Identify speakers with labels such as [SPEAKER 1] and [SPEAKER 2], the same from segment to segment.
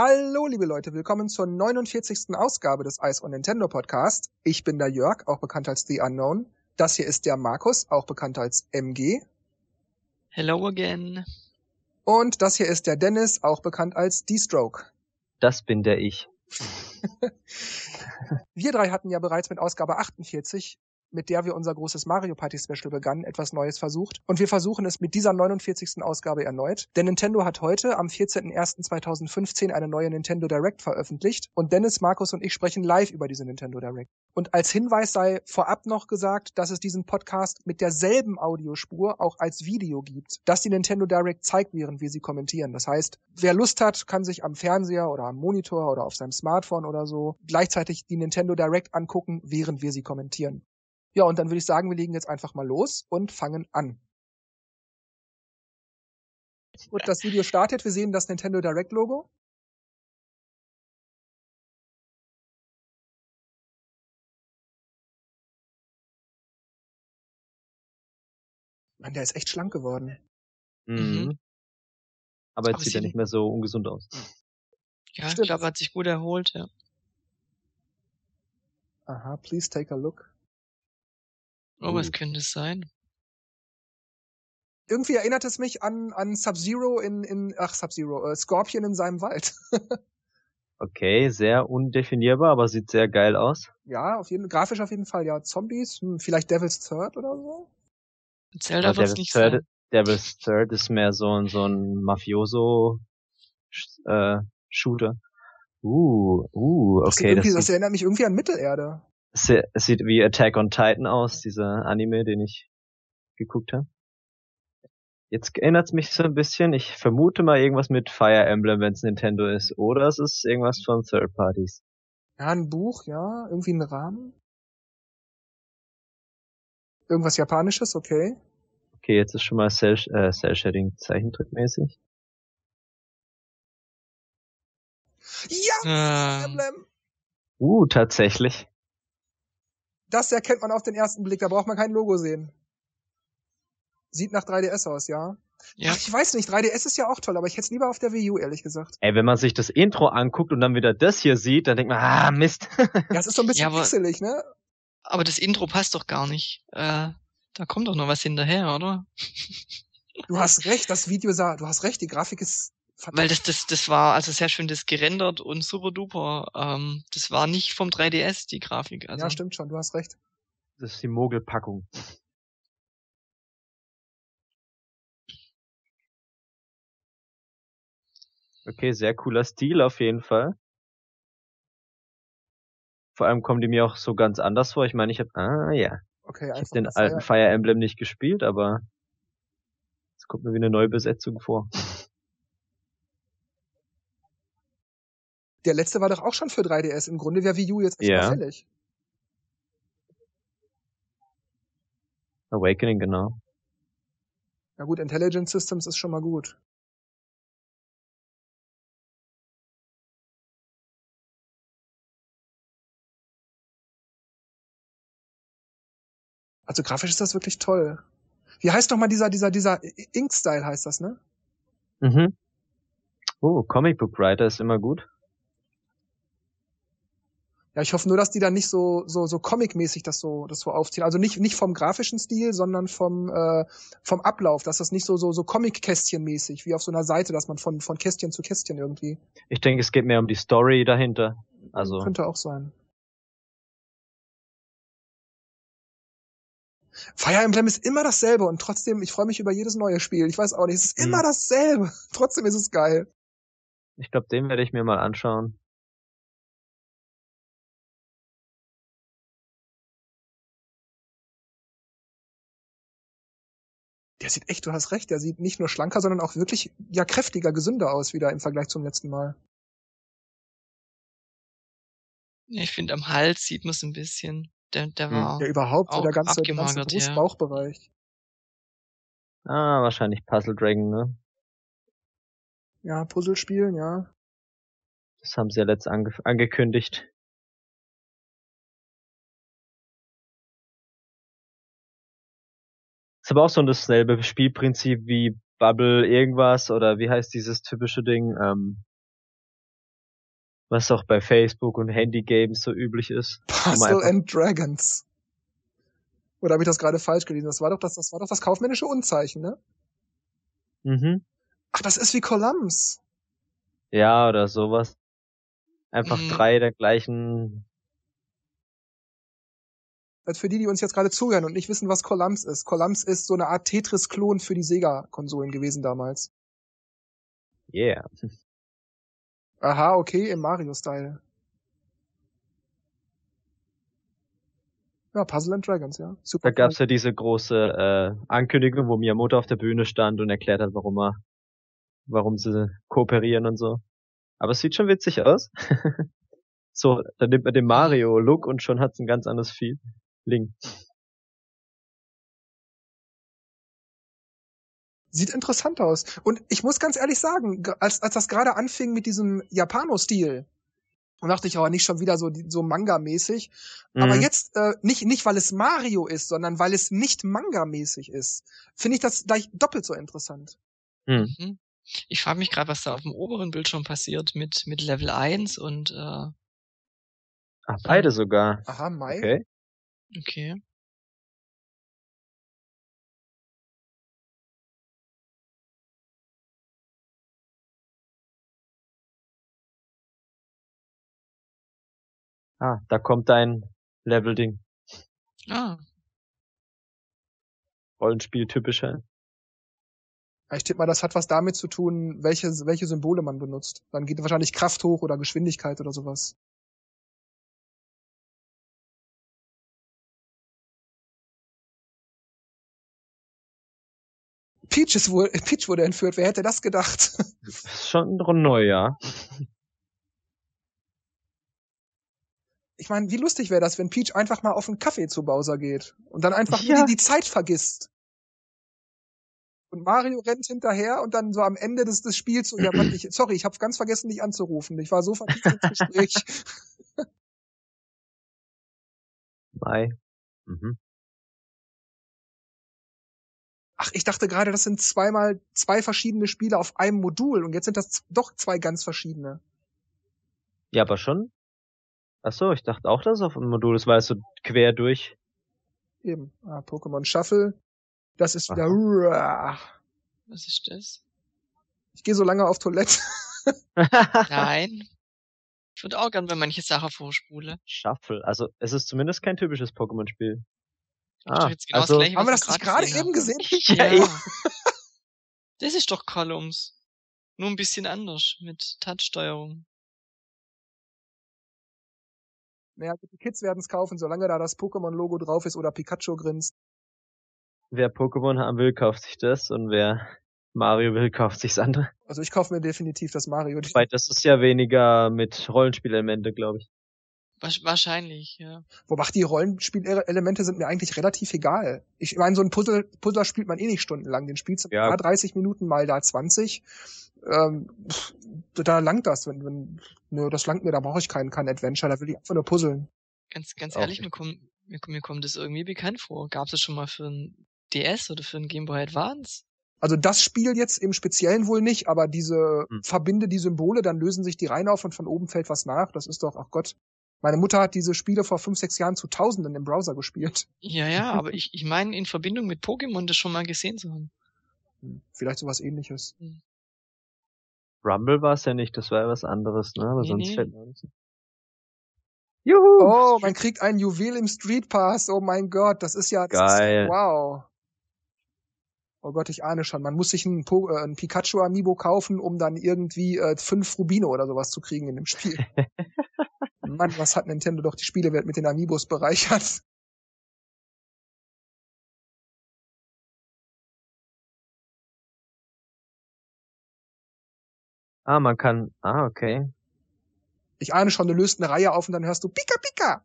[SPEAKER 1] Hallo, liebe Leute, willkommen zur 49. Ausgabe des Eis und Nintendo Podcast. Ich bin der Jörg, auch bekannt als The Unknown. Das hier ist der Markus, auch bekannt als MG.
[SPEAKER 2] Hello again.
[SPEAKER 1] Und das hier ist der Dennis, auch bekannt als D-Stroke.
[SPEAKER 3] Das bin der ich.
[SPEAKER 1] wir drei hatten ja bereits mit Ausgabe 48, mit der wir unser großes Mario Party Special begannen, etwas Neues versucht. Und wir versuchen es mit dieser 49. Ausgabe erneut. Denn Nintendo hat heute, am 14.01.2015, eine neue Nintendo Direct veröffentlicht. Und Dennis, Markus und ich sprechen live über diese Nintendo Direct. Und als Hinweis sei vorab noch gesagt, dass es diesen Podcast mit derselben Audiospur auch als Video gibt, dass die Nintendo Direct zeigt, während wir sie kommentieren. Das heißt, wer Lust hat, kann sich am Fernseher oder am Monitor oder auf seinem Smartphone oder so gleichzeitig die Nintendo Direct angucken, während wir sie kommentieren. Ja, und dann würde ich sagen, wir legen jetzt einfach mal los und fangen an. Gut, das Video startet. Wir sehen das Nintendo Direct Logo. Mann, der ist echt schlank geworden.
[SPEAKER 3] Mhm. Aber jetzt
[SPEAKER 2] Aber
[SPEAKER 3] sieht
[SPEAKER 2] sie-
[SPEAKER 1] eh
[SPEAKER 3] er nicht mehr so ungesund aus.
[SPEAKER 2] Ja,
[SPEAKER 1] Stimmt.
[SPEAKER 2] ich glaube, er hat sich gut erholt. Ja.
[SPEAKER 1] Aha, please take a look.
[SPEAKER 2] Oh, was
[SPEAKER 3] Mhm.
[SPEAKER 2] könnte es sein?
[SPEAKER 1] Irgendwie erinnert es mich an, an Sub-Zero in, in, ach, Sub-Zero, äh, Scorpion in seinem Wald.
[SPEAKER 3] Okay, sehr undefinierbar, aber sieht sehr geil aus.
[SPEAKER 1] ja, auf jeden, grafisch auf jeden Fall, ja. Zombies, hm, vielleicht Devil's Third oder so?
[SPEAKER 2] Zelda
[SPEAKER 3] Aber
[SPEAKER 2] wird
[SPEAKER 3] Devil's
[SPEAKER 2] nicht
[SPEAKER 3] Third,
[SPEAKER 2] sein.
[SPEAKER 3] Devil's Third ist mehr so ein, so ein Mafioso Sch- äh, Shooter. Uh, uh,
[SPEAKER 1] Das
[SPEAKER 3] okay,
[SPEAKER 1] sieht
[SPEAKER 3] das
[SPEAKER 1] irgendwie, das,
[SPEAKER 3] sieht,
[SPEAKER 1] erinnert mich irgendwie an Mittelerde.
[SPEAKER 3] se- es sieht wie Attack on Titan aus, dieser Anime, den ich geguckt habe. Jetzt erinnert's mich so ein bisschen, ich vermute mal irgendwas mit Fire Emblem, wenn's Nintendo ist. Oder es ist irgendwas von Third Parties.
[SPEAKER 1] Ja, ein Buch, ja, irgendwie ein Rahmen. Irgendwas Japanisches, okay.
[SPEAKER 3] Okay, jetzt ist schon mal Cell, äh, Cell Shading zeichentrickmäßig.
[SPEAKER 1] Ja,
[SPEAKER 2] Ähm,
[SPEAKER 1] Emblem!
[SPEAKER 3] Uh, tatsächlich.
[SPEAKER 1] Das erkennt man auf den ersten Blick, da braucht man kein Logo sehen. Sieht nach 3DS aus, ja?
[SPEAKER 2] Ja.
[SPEAKER 1] Ach, ich weiß nicht, 3DS ist ja auch toll, aber ich hätte es lieber auf der Wii U, ehrlich gesagt.
[SPEAKER 3] Ey, wenn man sich das Intro anguckt und dann wieder das hier sieht, dann denkt man, ah, Mist.
[SPEAKER 1] Ja, es ist so ein bisschen
[SPEAKER 2] Ja, aber-
[SPEAKER 1] pixelig, ne?
[SPEAKER 2] aber das Intro passt doch gar nicht. Äh, da kommt doch noch was hinterher, oder?
[SPEAKER 1] Du hast recht, das Video sah, du hast recht, die Grafik ist
[SPEAKER 2] Weil
[SPEAKER 1] verdammt.
[SPEAKER 2] das, das, das war also sehr schön das gerendert und super duper. Ähm, das war nicht vom 3DS, die Grafik. Also.
[SPEAKER 1] Ja, stimmt schon, du hast recht.
[SPEAKER 3] Das ist die Mogelpackung. Okay, sehr cooler Stil auf jeden Fall. Vor allem kommen die mir auch so ganz anders vor. Ich meine, ich habe, ah ja,
[SPEAKER 1] Okay,
[SPEAKER 3] ich habe
[SPEAKER 1] einfach.
[SPEAKER 3] den
[SPEAKER 1] das, ja.
[SPEAKER 3] alten Fire Emblem nicht gespielt, aber es kommt mir wie eine neue Besetzung vor.
[SPEAKER 1] Der letzte war doch auch schon für 3DS. Im Grunde wäre Wii U jetzt echt
[SPEAKER 3] Ja.
[SPEAKER 1] mal fällig.
[SPEAKER 3] Awakening, genau.
[SPEAKER 1] Na gut, Intelligent Systems ist schon mal gut. Also grafisch ist das wirklich toll. Wie heißt doch mal dieser, dieser, dieser Ink-Style heißt das, ne?
[SPEAKER 3] Mhm. Oh, Comic Book Writer ist immer gut.
[SPEAKER 1] Ja, ich hoffe nur, dass die dann nicht so, so, so comic-mäßig das so, das so aufziehen. Also nicht, nicht vom grafischen Stil, sondern vom, äh, vom Ablauf, dass das nicht so, so, so Comic-Kästchen-mäßig, wie auf so einer Seite, dass man von, von Kästchen zu Kästchen irgendwie.
[SPEAKER 3] Ich denke, es geht mehr um die Story dahinter. Also,
[SPEAKER 1] Könnte auch sein. Fire Emblem ist immer dasselbe und trotzdem, ich freue mich über jedes neue Spiel. Ich weiß auch nicht, es ist
[SPEAKER 3] Mhm.
[SPEAKER 1] immer dasselbe. Trotzdem ist es geil.
[SPEAKER 3] ich glaube, den werde ich mir mal anschauen.
[SPEAKER 1] Der sieht echt, du hast recht, der sieht nicht nur schlanker, sondern auch wirklich ja kräftiger, gesünder aus wieder im Vergleich zum letzten Mal.
[SPEAKER 2] Ich finde, am Hals sieht man es ein bisschen. Der, der
[SPEAKER 1] Mhm.
[SPEAKER 3] Hm.
[SPEAKER 2] war.
[SPEAKER 1] Ja, überhaupt, so
[SPEAKER 2] Auch
[SPEAKER 1] der ganze, der ganze
[SPEAKER 2] abgemagert, ja.
[SPEAKER 1] Brust-Bauchbereich.
[SPEAKER 3] Ah, wahrscheinlich Puzzle Dragon, ne?
[SPEAKER 1] Ja, Puzzlespielen, ja.
[SPEAKER 3] Das haben sie ja letzt ange angekündigt. Ist aber auch so dasselbe Spielprinzip wie Bubble irgendwas oder wie heißt dieses typische Ding? Ähm, was auch bei Facebook und Handygames so üblich ist.
[SPEAKER 1] Puzzle and Dragons. Oder habe ich das gerade falsch gelesen? Das war doch das, das war doch das kaufmännische Unzeichen, ne?
[SPEAKER 3] Mhm.
[SPEAKER 1] Ach, das ist wie Columns.
[SPEAKER 3] Ja, oder sowas. Einfach
[SPEAKER 2] Mhm.
[SPEAKER 3] drei der gleichen.
[SPEAKER 1] Also für die, die uns jetzt gerade zuhören und nicht wissen, was Columns ist. Columns ist so eine Art Tetris-Klon für die Sega-Konsolen gewesen damals.
[SPEAKER 3] Yeah.
[SPEAKER 1] Aha, okay, im Mario-Style. Ja, Puzzle and Dragons, ja. Super.
[SPEAKER 3] Da gab's ja diese große äh, Ankündigung, wo Miyamoto auf der Bühne stand und erklärt hat, warum er, warum sie kooperieren und so. Aber es sieht schon witzig aus. so, dann nimmt man den Mario-Look und schon hat's ein ganz anderes Feeling.
[SPEAKER 1] Sieht interessant aus. Und ich muss ganz ehrlich sagen, ge- als, als das gerade anfing mit diesem Japano-Stil, und dachte ich, aber nicht schon wieder so, die- so Manga-mäßig. Aber
[SPEAKER 3] Mhm.
[SPEAKER 1] jetzt, äh, nicht, nicht weil es Mario ist, sondern weil es nicht Manga-mäßig ist, finde ich das gleich doppelt so interessant.
[SPEAKER 2] Mhm. Ich frage mich gerade, was da auf dem oberen Bildschirm passiert mit, mit Level 1 und äh,
[SPEAKER 3] Ach, Ah, beide sogar.
[SPEAKER 1] Aha, Mai.
[SPEAKER 3] Okay.
[SPEAKER 2] okay.
[SPEAKER 3] Ah, da kommt dein Level-Ding.
[SPEAKER 2] Ah,
[SPEAKER 3] Rollenspiel-typischer.
[SPEAKER 1] Ich tippe mal, das hat was damit zu tun, welche, welche Symbole man benutzt. Dann geht wahrscheinlich Kraft hoch oder Geschwindigkeit oder sowas. Peach, ist wohl, Peach wurde entführt, wer hätte das gedacht?
[SPEAKER 3] Ist schon neu, ja.
[SPEAKER 1] Ich meine, wie lustig wäre das, wenn Peach einfach mal auf einen Kaffee zu Bowser geht und dann einfach
[SPEAKER 3] Ja.
[SPEAKER 1] die, die Zeit vergisst. Und Mario rennt hinterher und dann so am Ende des, des Spiels so, ja, Mann, ich, sorry, ich habe ganz vergessen, dich anzurufen. Ich war so vertieft ins Gespräch.
[SPEAKER 3] Mai. Mhm.
[SPEAKER 1] Ach, ich dachte gerade, das sind zweimal zwei verschiedene Spiele auf einem Modul und jetzt sind das z- doch zwei ganz verschiedene.
[SPEAKER 3] Ja, aber schon. Ach so, ich dachte auch, dass es auf dem Modul ist, weil es so quer durch.
[SPEAKER 1] Eben. Ah, Pokémon Shuffle. Das ist wieder.
[SPEAKER 3] Aha.
[SPEAKER 1] Uah.
[SPEAKER 2] was ist das?
[SPEAKER 1] Ich gehe so lange auf Toilette.
[SPEAKER 2] Nein. Ich würde auch gern bei manche Sachen vorspule.
[SPEAKER 3] Shuffle. Also, es ist zumindest kein typisches Pokémon-Spiel.
[SPEAKER 2] Hab ich doch
[SPEAKER 3] Ah,
[SPEAKER 2] jetzt genau das
[SPEAKER 3] also,
[SPEAKER 2] Gleiche,
[SPEAKER 1] Haben wir
[SPEAKER 2] was
[SPEAKER 1] das nicht gerade eben gesehen?
[SPEAKER 2] Ja.
[SPEAKER 3] ja, eben.
[SPEAKER 2] Das ist doch Columns. Nur ein bisschen anders mit Touchsteuerung.
[SPEAKER 1] Naja, die Kids werden es kaufen, solange da das Pokémon-Logo drauf ist oder Pikachu grinst.
[SPEAKER 3] wer Pokémon haben will, kauft sich das und wer Mario will, kauft sich das andere.
[SPEAKER 1] Also ich kaufe mir definitiv das Mario.
[SPEAKER 3] Weil das ist ja weniger mit Rollenspielelemente, glaube ich.
[SPEAKER 2] Wasch- Wahrscheinlich, ja.
[SPEAKER 1] Wobei die Rollenspielelemente sind mir eigentlich relativ egal. Ich meine, so ein Puzzle, Puzzler spielt man eh nicht stundenlang. Den spielst du
[SPEAKER 3] Ja.
[SPEAKER 1] mal 30 Minuten, mal da 20. Ähm, pff, da langt das. Wenn, wenn, nö, das langt mir, da brauche ich keinen, keinen Adventure, da will ich einfach nur puzzeln.
[SPEAKER 2] Ganz, ganz
[SPEAKER 3] Auch
[SPEAKER 2] ehrlich, mir,
[SPEAKER 3] nicht.
[SPEAKER 2] komm, mir, mir kommt das irgendwie bekannt vor. Gab's das schon mal für ein DS oder für ein Game Boy Advance?
[SPEAKER 1] Also das Spiel jetzt im Speziellen wohl nicht, aber diese
[SPEAKER 3] Hm.
[SPEAKER 1] verbinde die Symbole, dann lösen sich die Reihen auf und von oben fällt was nach. Das ist doch, ach Gott. Meine Mutter hat diese Spiele vor fünf, sechs Jahren zu Tausenden im Browser gespielt.
[SPEAKER 2] Ja, ja, aber ich, ich meine, in Verbindung mit Pokémon das schon mal gesehen zu haben.
[SPEAKER 1] Hm, Vielleicht sowas ähnliches.
[SPEAKER 3] Rumble war es ja nicht, das war ja was anderes, ne? Aber
[SPEAKER 2] Nee,
[SPEAKER 3] sonst
[SPEAKER 2] nee.
[SPEAKER 3] fällt mir auch nichts ein. Juhu!
[SPEAKER 1] Oh, man kriegt ein Juwel im Street Pass. Oh mein Gott, das ist ja das
[SPEAKER 3] Geil.
[SPEAKER 1] Ist, wow. Oh Gott, ich ahne schon. Man muss sich ein, po äh, ein Pikachu Amiibo kaufen, um dann irgendwie äh, fünf Rubine oder sowas zu kriegen in dem Spiel. Mann, was hat Nintendo doch die Spielewelt mit den Amiibos bereichert?
[SPEAKER 3] Ah, man kann. Ah, okay.
[SPEAKER 1] Ich ahne schon, du löst eine Reihe auf und dann hörst du Pika Pika.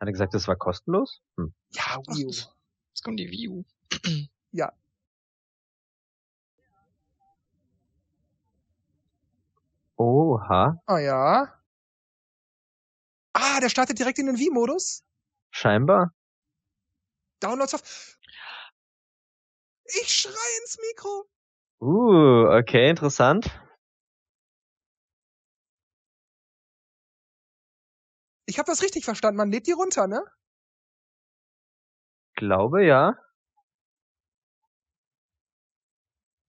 [SPEAKER 3] Hat er gesagt, das war kostenlos? Hm.
[SPEAKER 1] Ja, Wii U.
[SPEAKER 2] Jetzt kommt die Wii U.
[SPEAKER 3] Oha.
[SPEAKER 1] Ah ja. Ah, der startet direkt in den Wii-Modus.
[SPEAKER 3] Scheinbar.
[SPEAKER 1] Downloads auf. Ich schrei ins Mikro.
[SPEAKER 3] Uh, okay, interessant.
[SPEAKER 1] Ich habe das richtig verstanden. Man lädt die runter, ne?
[SPEAKER 3] Glaube ja.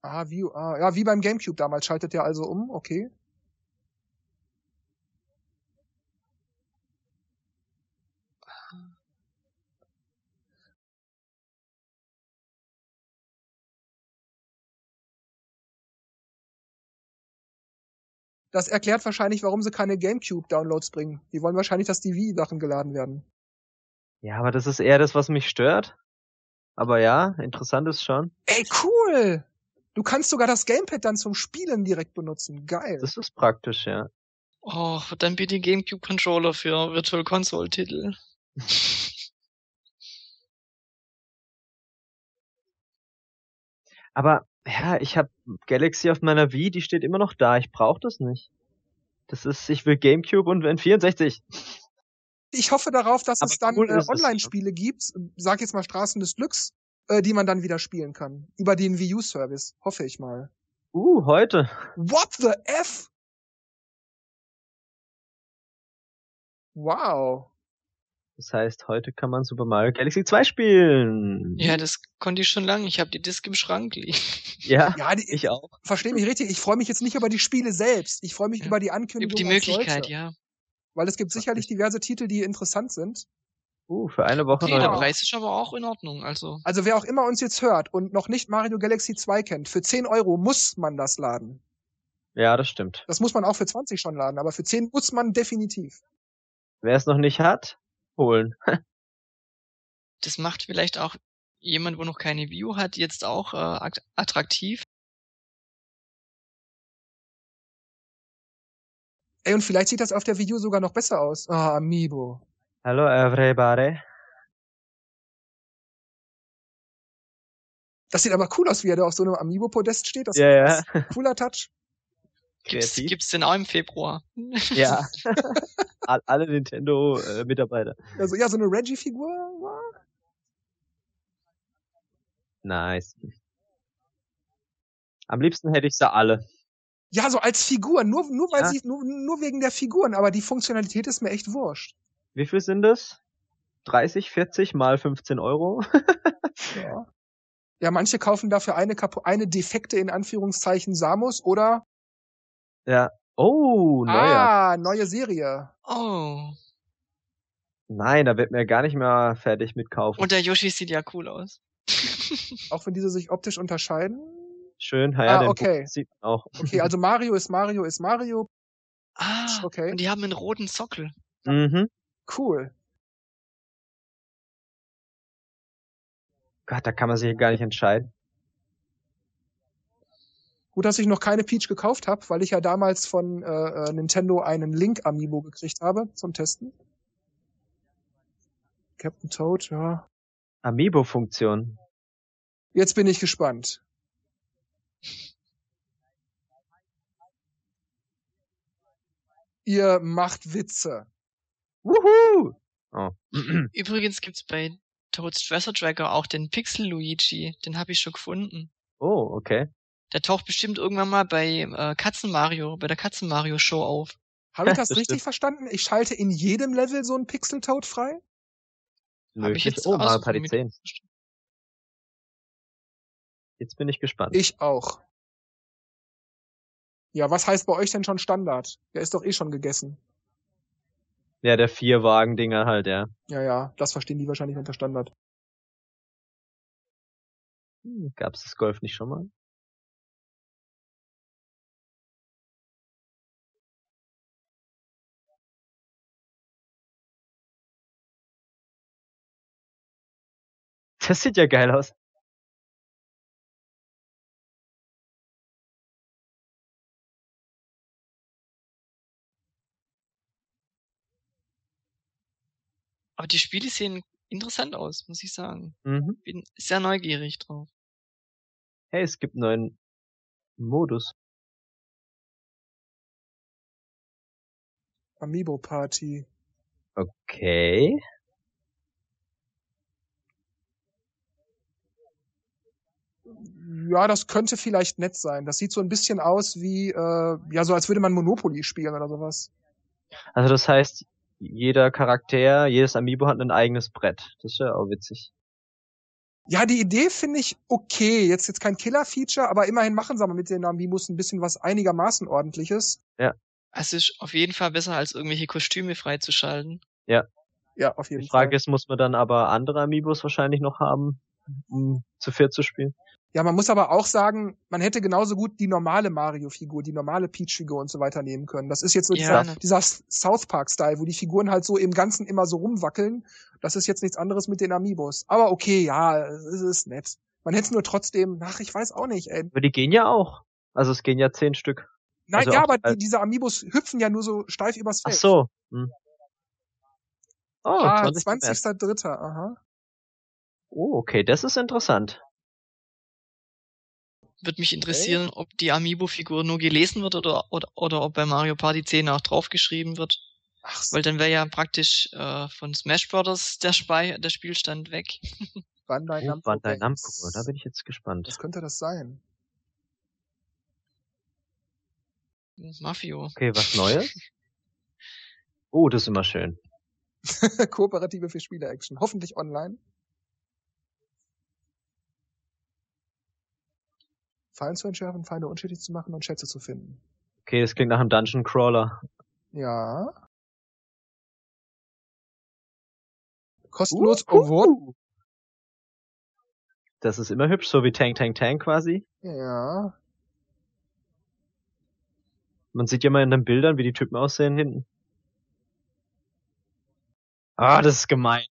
[SPEAKER 1] Ah, wie, ah, ja, wie beim Gamecube damals schaltet der also um, okay. Das erklärt wahrscheinlich, warum sie keine Gamecube-Downloads bringen. Die wollen wahrscheinlich, dass die Wii-Sachen geladen werden.
[SPEAKER 3] Ja, aber das ist eher das, was mich stört. Aber ja, interessant ist schon.
[SPEAKER 1] Ey, cool! Du kannst sogar das Gamepad dann zum Spielen direkt benutzen. Geil.
[SPEAKER 3] Das ist praktisch, ja.
[SPEAKER 2] Oh, dann bitte GameCube Controller für Virtual Console Titel.
[SPEAKER 3] Aber ja, ich habe Galaxy auf meiner Wii, die steht immer noch da. Ich brauche das nicht. Das ist, ich will GameCube und N64.
[SPEAKER 1] Ich hoffe darauf, dass
[SPEAKER 3] Aber
[SPEAKER 1] es dann
[SPEAKER 3] cool
[SPEAKER 1] äh,
[SPEAKER 3] ist es,
[SPEAKER 1] Online-Spiele gibt, sag jetzt mal Straßen des Glücks, äh, die man dann wieder spielen kann. Über den Wii U-Service, hoffe ich mal.
[SPEAKER 3] Uh, heute.
[SPEAKER 1] What the F? Wow.
[SPEAKER 3] Das heißt, heute kann man Super Mario Galaxy 2 spielen.
[SPEAKER 2] Ja, das konnte ich schon lange. Ich habe die Disk im Schrank liegen.
[SPEAKER 3] Ja,
[SPEAKER 1] Ja, die, ich
[SPEAKER 3] ich auch.
[SPEAKER 1] verstehe mich richtig. Ich freue mich jetzt nicht über die Spiele selbst. Ich freue mich
[SPEAKER 2] Ja.
[SPEAKER 1] über die
[SPEAKER 2] Über
[SPEAKER 1] Ankündigung.
[SPEAKER 2] die
[SPEAKER 1] als
[SPEAKER 2] Möglichkeit,
[SPEAKER 1] solche.
[SPEAKER 2] ja.
[SPEAKER 1] Weil es gibt sicherlich diverse Titel, die interessant sind.
[SPEAKER 3] Uh, für eine Woche
[SPEAKER 2] Okay,
[SPEAKER 3] neu.
[SPEAKER 2] der
[SPEAKER 1] Ja.
[SPEAKER 2] Preis ist aber auch in Ordnung. Also,
[SPEAKER 1] Also wer auch immer uns jetzt hört und noch nicht Mario Galaxy 2 kennt, für 10 Euro muss man das laden.
[SPEAKER 3] Ja, das stimmt.
[SPEAKER 1] Das muss man auch für 20 schon laden, aber für 10 muss man definitiv.
[SPEAKER 3] Wer es noch nicht hat, holen.
[SPEAKER 2] das macht vielleicht auch jemand, wo noch keine View hat, jetzt auch äh, at- attraktiv.
[SPEAKER 1] Ey, und vielleicht sieht das auf der Video sogar noch besser aus. Ah, Amiibo.
[SPEAKER 3] Hallo everybody.
[SPEAKER 1] Das sieht aber cool aus, wie er da auf so einem Amiibo-Podest steht. Das
[SPEAKER 3] Ja, ja.
[SPEAKER 1] ist ein cooler Touch.
[SPEAKER 2] Gibt's,
[SPEAKER 3] Kreativ.
[SPEAKER 2] gibt's denn auch im Februar?
[SPEAKER 3] Ja. All- Alle äh, Nintendo-Mitarbeiter.
[SPEAKER 1] Also ja, so eine Reggie-Figur. wow.
[SPEAKER 3] nice. Am liebsten hätte ich sie alle.
[SPEAKER 1] Ja, so als Figur, nur, nur weil
[SPEAKER 3] Ja.
[SPEAKER 1] sie, nur, nur wegen der Figuren, aber die Funktionalität ist mir echt wurscht.
[SPEAKER 3] Wie viel sind das? 30, 40 mal 15 Euro?
[SPEAKER 1] Ja. Ja, manche kaufen dafür eine, kapu- eine defekte in Anführungszeichen Samus oder
[SPEAKER 3] ja. Oh, naja.
[SPEAKER 1] ah, neue Serie.
[SPEAKER 2] Oh.
[SPEAKER 3] Nein, da wird mir gar nicht mehr fertig mitkaufen.
[SPEAKER 2] Und der Yoshi sieht ja cool aus.
[SPEAKER 1] Auch wenn diese sich optisch unterscheiden.
[SPEAKER 3] Schön, ja,
[SPEAKER 1] Ah,
[SPEAKER 3] den
[SPEAKER 1] okay.
[SPEAKER 3] Buch sieht man auch.
[SPEAKER 1] Okay, also Mario ist Mario ist Mario.
[SPEAKER 2] ah,
[SPEAKER 1] Okay.
[SPEAKER 2] und die haben einen roten Sockel.
[SPEAKER 3] Mhm.
[SPEAKER 1] Cool.
[SPEAKER 3] Gott, da kann man sich gar nicht entscheiden.
[SPEAKER 1] Gut, dass ich noch keine Peach gekauft habe, weil ich ja damals von äh, äh, Nintendo einen Link Amiibo gekriegt habe zum Testen. Captain Toad, ja.
[SPEAKER 3] Amiibo-Funktion.
[SPEAKER 1] Jetzt bin ich gespannt. Ihr macht Witze.
[SPEAKER 3] Wuhu! Oh.
[SPEAKER 2] Übrigens gibt's bei Toads Dresser Tracker auch den Pixel Luigi. Den habe ich schon gefunden.
[SPEAKER 3] oh, okay.
[SPEAKER 2] Der taucht bestimmt irgendwann mal bei äh, Katzen Mario, bei der Katzen Mario Show auf.
[SPEAKER 1] Habe ich das
[SPEAKER 3] Das
[SPEAKER 1] richtig verstanden? Ich schalte in jedem Level so einen Pixel-Toad frei?
[SPEAKER 3] Möglich.
[SPEAKER 2] jetzt
[SPEAKER 3] oh, mal
[SPEAKER 2] ausprobiert.
[SPEAKER 3] Party 10. Jetzt bin ich gespannt.
[SPEAKER 1] Ich auch. Ja, was heißt bei euch denn schon Standard? Der ist doch eh schon gegessen.
[SPEAKER 3] ja, der Vierwagen-Dinger halt, ja.
[SPEAKER 1] Ja, ja, das verstehen die wahrscheinlich unter Standard.
[SPEAKER 3] Hm, Gab's das Golf nicht schon mal? Das sieht ja geil aus.
[SPEAKER 2] Aber die Spiele sehen interessant aus, muss ich sagen.
[SPEAKER 3] Mhm.
[SPEAKER 2] Bin sehr neugierig drauf.
[SPEAKER 3] Hey, es gibt einen neuen Modus.
[SPEAKER 1] Amiibo Party.
[SPEAKER 3] Okay.
[SPEAKER 1] ja, das könnte vielleicht nett sein. Das sieht so ein bisschen aus wie, äh, ja, so als würde man Monopoly spielen oder sowas.
[SPEAKER 3] Also das heißt, jeder Charakter, jedes Amiibo hat ein eigenes Brett. Das ist ja auch witzig.
[SPEAKER 1] Ja, die Idee finde ich okay. Jetzt jetzt kein Killer-Feature, aber immerhin machen sie mal mit den Amiibos ein bisschen was einigermaßen ordentliches.
[SPEAKER 2] Es ist auf jeden Fall besser, als irgendwelche Kostüme freizuschalten.
[SPEAKER 1] Ja, auf jeden
[SPEAKER 3] Die Frage
[SPEAKER 1] Fall.
[SPEAKER 3] ist, muss man dann aber andere Amiibos wahrscheinlich noch haben, um zu viert zu spielen?
[SPEAKER 1] Ja, man muss aber auch sagen, man hätte genauso gut die normale Mario-Figur, die normale Peach-Figur und so weiter nehmen können. Das ist jetzt so
[SPEAKER 2] Ja,
[SPEAKER 1] dieser,
[SPEAKER 2] ne.
[SPEAKER 1] dieser S- South Park-Style, wo die Figuren halt so im Ganzen immer so rumwackeln. Das ist jetzt nichts anderes mit den Amiibos. Aber okay, ja, es ist nett. Man hätte es nur trotzdem, ach, ich weiß auch nicht, ey.
[SPEAKER 3] Aber die gehen ja auch. Also es gehen ja zehn Stück.
[SPEAKER 1] Nein,
[SPEAKER 3] Also
[SPEAKER 1] ja,
[SPEAKER 3] auch-
[SPEAKER 1] aber die, diese Amiibos hüpfen ja nur so steif übers
[SPEAKER 3] Ach
[SPEAKER 1] Feld.
[SPEAKER 3] so. Hm. Oh,
[SPEAKER 1] ah,
[SPEAKER 3] 20. März.
[SPEAKER 1] 20.03. Aha.
[SPEAKER 3] Oh, okay, das ist interessant.
[SPEAKER 2] Würde mich interessieren, ob die Amiibo-Figur nur gelesen wird oder, oder, oder ob bei Mario Party 10 auch draufgeschrieben wird.
[SPEAKER 1] Ach so,
[SPEAKER 2] Weil dann wäre ja praktisch äh, von Smash Brothers der, Spei der Spielstand weg.
[SPEAKER 1] Bandai
[SPEAKER 3] Oh,
[SPEAKER 1] Namco.
[SPEAKER 3] Bandai Namco,
[SPEAKER 1] Games.
[SPEAKER 3] da bin ich jetzt gespannt.
[SPEAKER 1] Was könnte das sein?
[SPEAKER 2] Mafio.
[SPEAKER 3] Okay, was Neues? Oh, das ist immer schön.
[SPEAKER 1] Kooperative für Spieler-Action. Hoffentlich online. Fallen zu entschärfen, Feinde unschädlich zu machen und Schätze zu finden.
[SPEAKER 3] Okay, das klingt nach einem Dungeon Crawler.
[SPEAKER 1] Ja. Kostenlos. Oh, what?
[SPEAKER 3] Das ist immer hübsch, so wie Tank Tank Tank quasi.
[SPEAKER 1] Ja.
[SPEAKER 3] Man sieht ja mal in den Bildern, wie die Typen aussehen hinten. Ah, das ist gemein.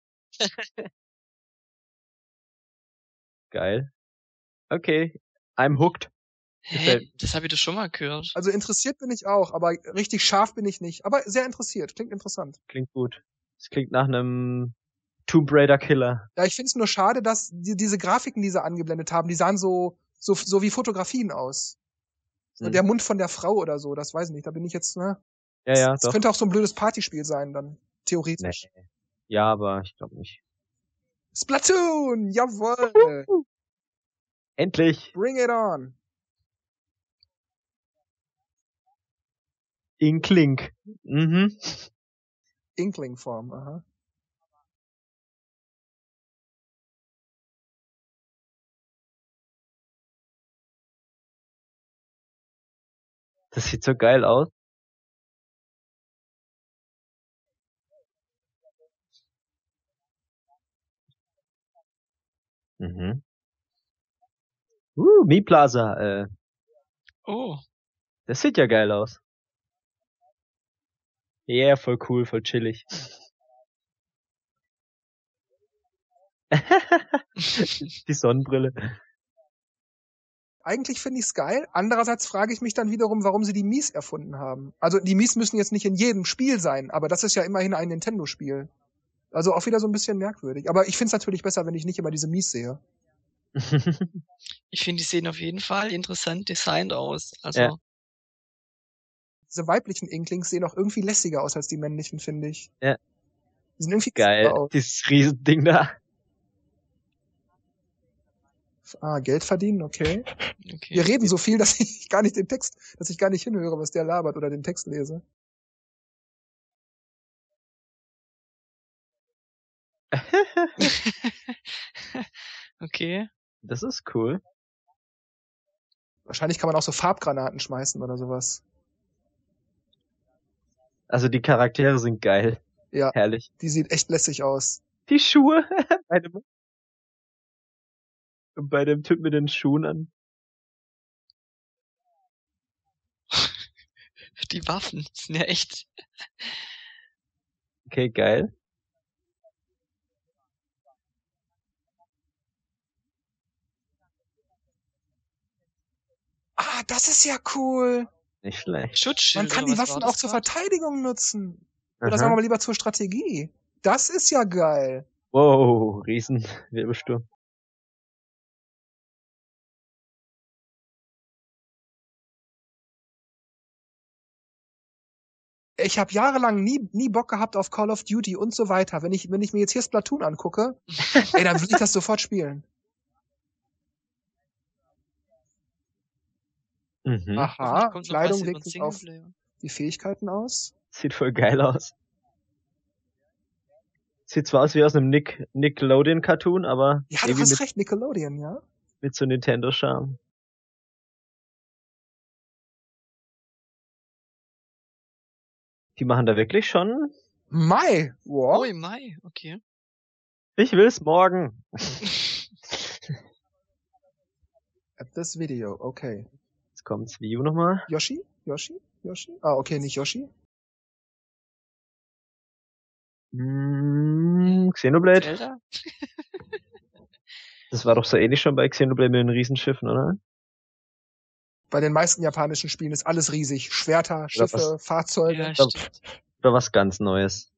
[SPEAKER 3] Geil. Okay, I'm hooked.
[SPEAKER 2] Hä?
[SPEAKER 3] Gefällt.
[SPEAKER 2] Das habe ich doch schon mal gehört.
[SPEAKER 1] Also interessiert bin ich auch, aber richtig scharf bin ich nicht. Aber sehr interessiert. Klingt interessant.
[SPEAKER 3] Klingt gut. Das klingt nach einem Tomb Raider Killer.
[SPEAKER 1] Ja, ich finde es nur schade, dass die, diese Grafiken, die sie angeblendet haben, die sahen so, so, so wie Fotografien aus. So
[SPEAKER 3] Hm.
[SPEAKER 1] Der Mund von der Frau oder so, das weiß ich nicht. Da bin ich jetzt, ne?
[SPEAKER 3] Ja, ja,
[SPEAKER 1] das
[SPEAKER 3] doch.
[SPEAKER 1] könnte auch so ein blödes Partyspiel sein dann,
[SPEAKER 3] Nee.
[SPEAKER 1] theoretisch.
[SPEAKER 3] Ja, aber ich glaube nicht.
[SPEAKER 1] Splatoon, jawohl,
[SPEAKER 3] Endlich!
[SPEAKER 1] bring it on.
[SPEAKER 3] Inklink. Mhm.
[SPEAKER 1] Inkling-Form, aha.
[SPEAKER 3] Das sieht so geil aus. Mhm. Uh, Mi Plaza, äh,
[SPEAKER 2] Oh,
[SPEAKER 3] das sieht ja geil aus. Ja, yeah, voll cool, voll chillig. Die Sonnenbrille.
[SPEAKER 1] Eigentlich finde ich's geil. Andererseits frage ich mich dann wiederum, warum sie die Mies erfunden haben. Also die Mies müssen jetzt nicht in jedem Spiel sein, aber das ist ja immerhin ein Nintendo-Spiel. Also auch wieder so ein bisschen merkwürdig. Aber ich finde es natürlich besser, wenn ich nicht immer diese Mies sehe.
[SPEAKER 2] ich finde, die sehen auf jeden Fall interessant designt aus. Also,
[SPEAKER 3] Ja.
[SPEAKER 1] Diese weiblichen Inklings sehen auch irgendwie lässiger aus als die männlichen, finde ich.
[SPEAKER 3] Ja.
[SPEAKER 1] Die sind irgendwie
[SPEAKER 3] geil,
[SPEAKER 1] cooler aus.
[SPEAKER 3] dieses Riesending da.
[SPEAKER 1] Ah, Geld verdienen, okay.
[SPEAKER 2] okay.
[SPEAKER 1] Wir reden so viel, dass ich gar nicht den Text, dass ich gar nicht hinhöre, was der labert oder den Text lese.
[SPEAKER 2] okay.
[SPEAKER 3] Das ist cool.
[SPEAKER 1] Wahrscheinlich kann man auch so Farbgranaten schmeißen oder sowas.
[SPEAKER 3] Also die Charaktere sind geil.
[SPEAKER 1] Ja.
[SPEAKER 3] Herrlich.
[SPEAKER 1] Die sieht echt lässig aus.
[SPEAKER 3] Die Schuhe. bei, dem, bei dem Typ mit den Schuhen an.
[SPEAKER 2] Die Waffen sind ja echt.
[SPEAKER 3] Okay, geil.
[SPEAKER 1] Ah, das ist ja cool.
[SPEAKER 3] Nicht schlecht.
[SPEAKER 2] Schutzschilder.
[SPEAKER 1] Man kann die Waffen auch zur Verteidigung nutzen. Oder sagen wir
[SPEAKER 3] Aha.
[SPEAKER 1] mal lieber zur Strategie. Das ist ja geil.
[SPEAKER 3] Wow, Riesenwirbelsturm.
[SPEAKER 1] Ich habe jahrelang nie, nie Bock gehabt auf Call of Duty und so weiter. Wenn ich, wenn ich mir jetzt hier Splatoon angucke, ey, dann will ich das sofort spielen.
[SPEAKER 3] Mhm.
[SPEAKER 1] Aha,
[SPEAKER 2] kommt noch
[SPEAKER 1] Kleidung
[SPEAKER 2] was über den
[SPEAKER 1] wirkt sich auf
[SPEAKER 2] Singleplayer.
[SPEAKER 1] die Fähigkeiten aus.
[SPEAKER 3] Sieht voll geil aus. Sieht zwar aus wie aus einem Nick Nickelodeon-Cartoon, aber
[SPEAKER 1] Ja, du
[SPEAKER 3] irgendwie
[SPEAKER 1] hast
[SPEAKER 3] mit,
[SPEAKER 1] recht, Nickelodeon, ja.
[SPEAKER 3] mit so Nintendo-Charme. Die machen da wirklich schon.
[SPEAKER 1] Mai, wow.
[SPEAKER 2] Oh, im Mai, okay.
[SPEAKER 3] Ich will's morgen.
[SPEAKER 1] At this video, okay.
[SPEAKER 3] Jetzt kommt's Wii U nochmal.
[SPEAKER 1] Yoshi? Yoshi? Yoshi? Ah, okay, nicht Yoshi.
[SPEAKER 3] Mm, Xenoblade.
[SPEAKER 2] Zelda?
[SPEAKER 3] Das war doch so ähnlich schon bei Xenoblade mit den Riesenschiffen, oder?
[SPEAKER 1] Bei den meisten japanischen Spielen ist alles riesig. Schwerter, Schiffe, Fahrzeuge.
[SPEAKER 2] Ja,
[SPEAKER 3] glaub-
[SPEAKER 2] stimmt.
[SPEAKER 3] Oder was ganz Neues.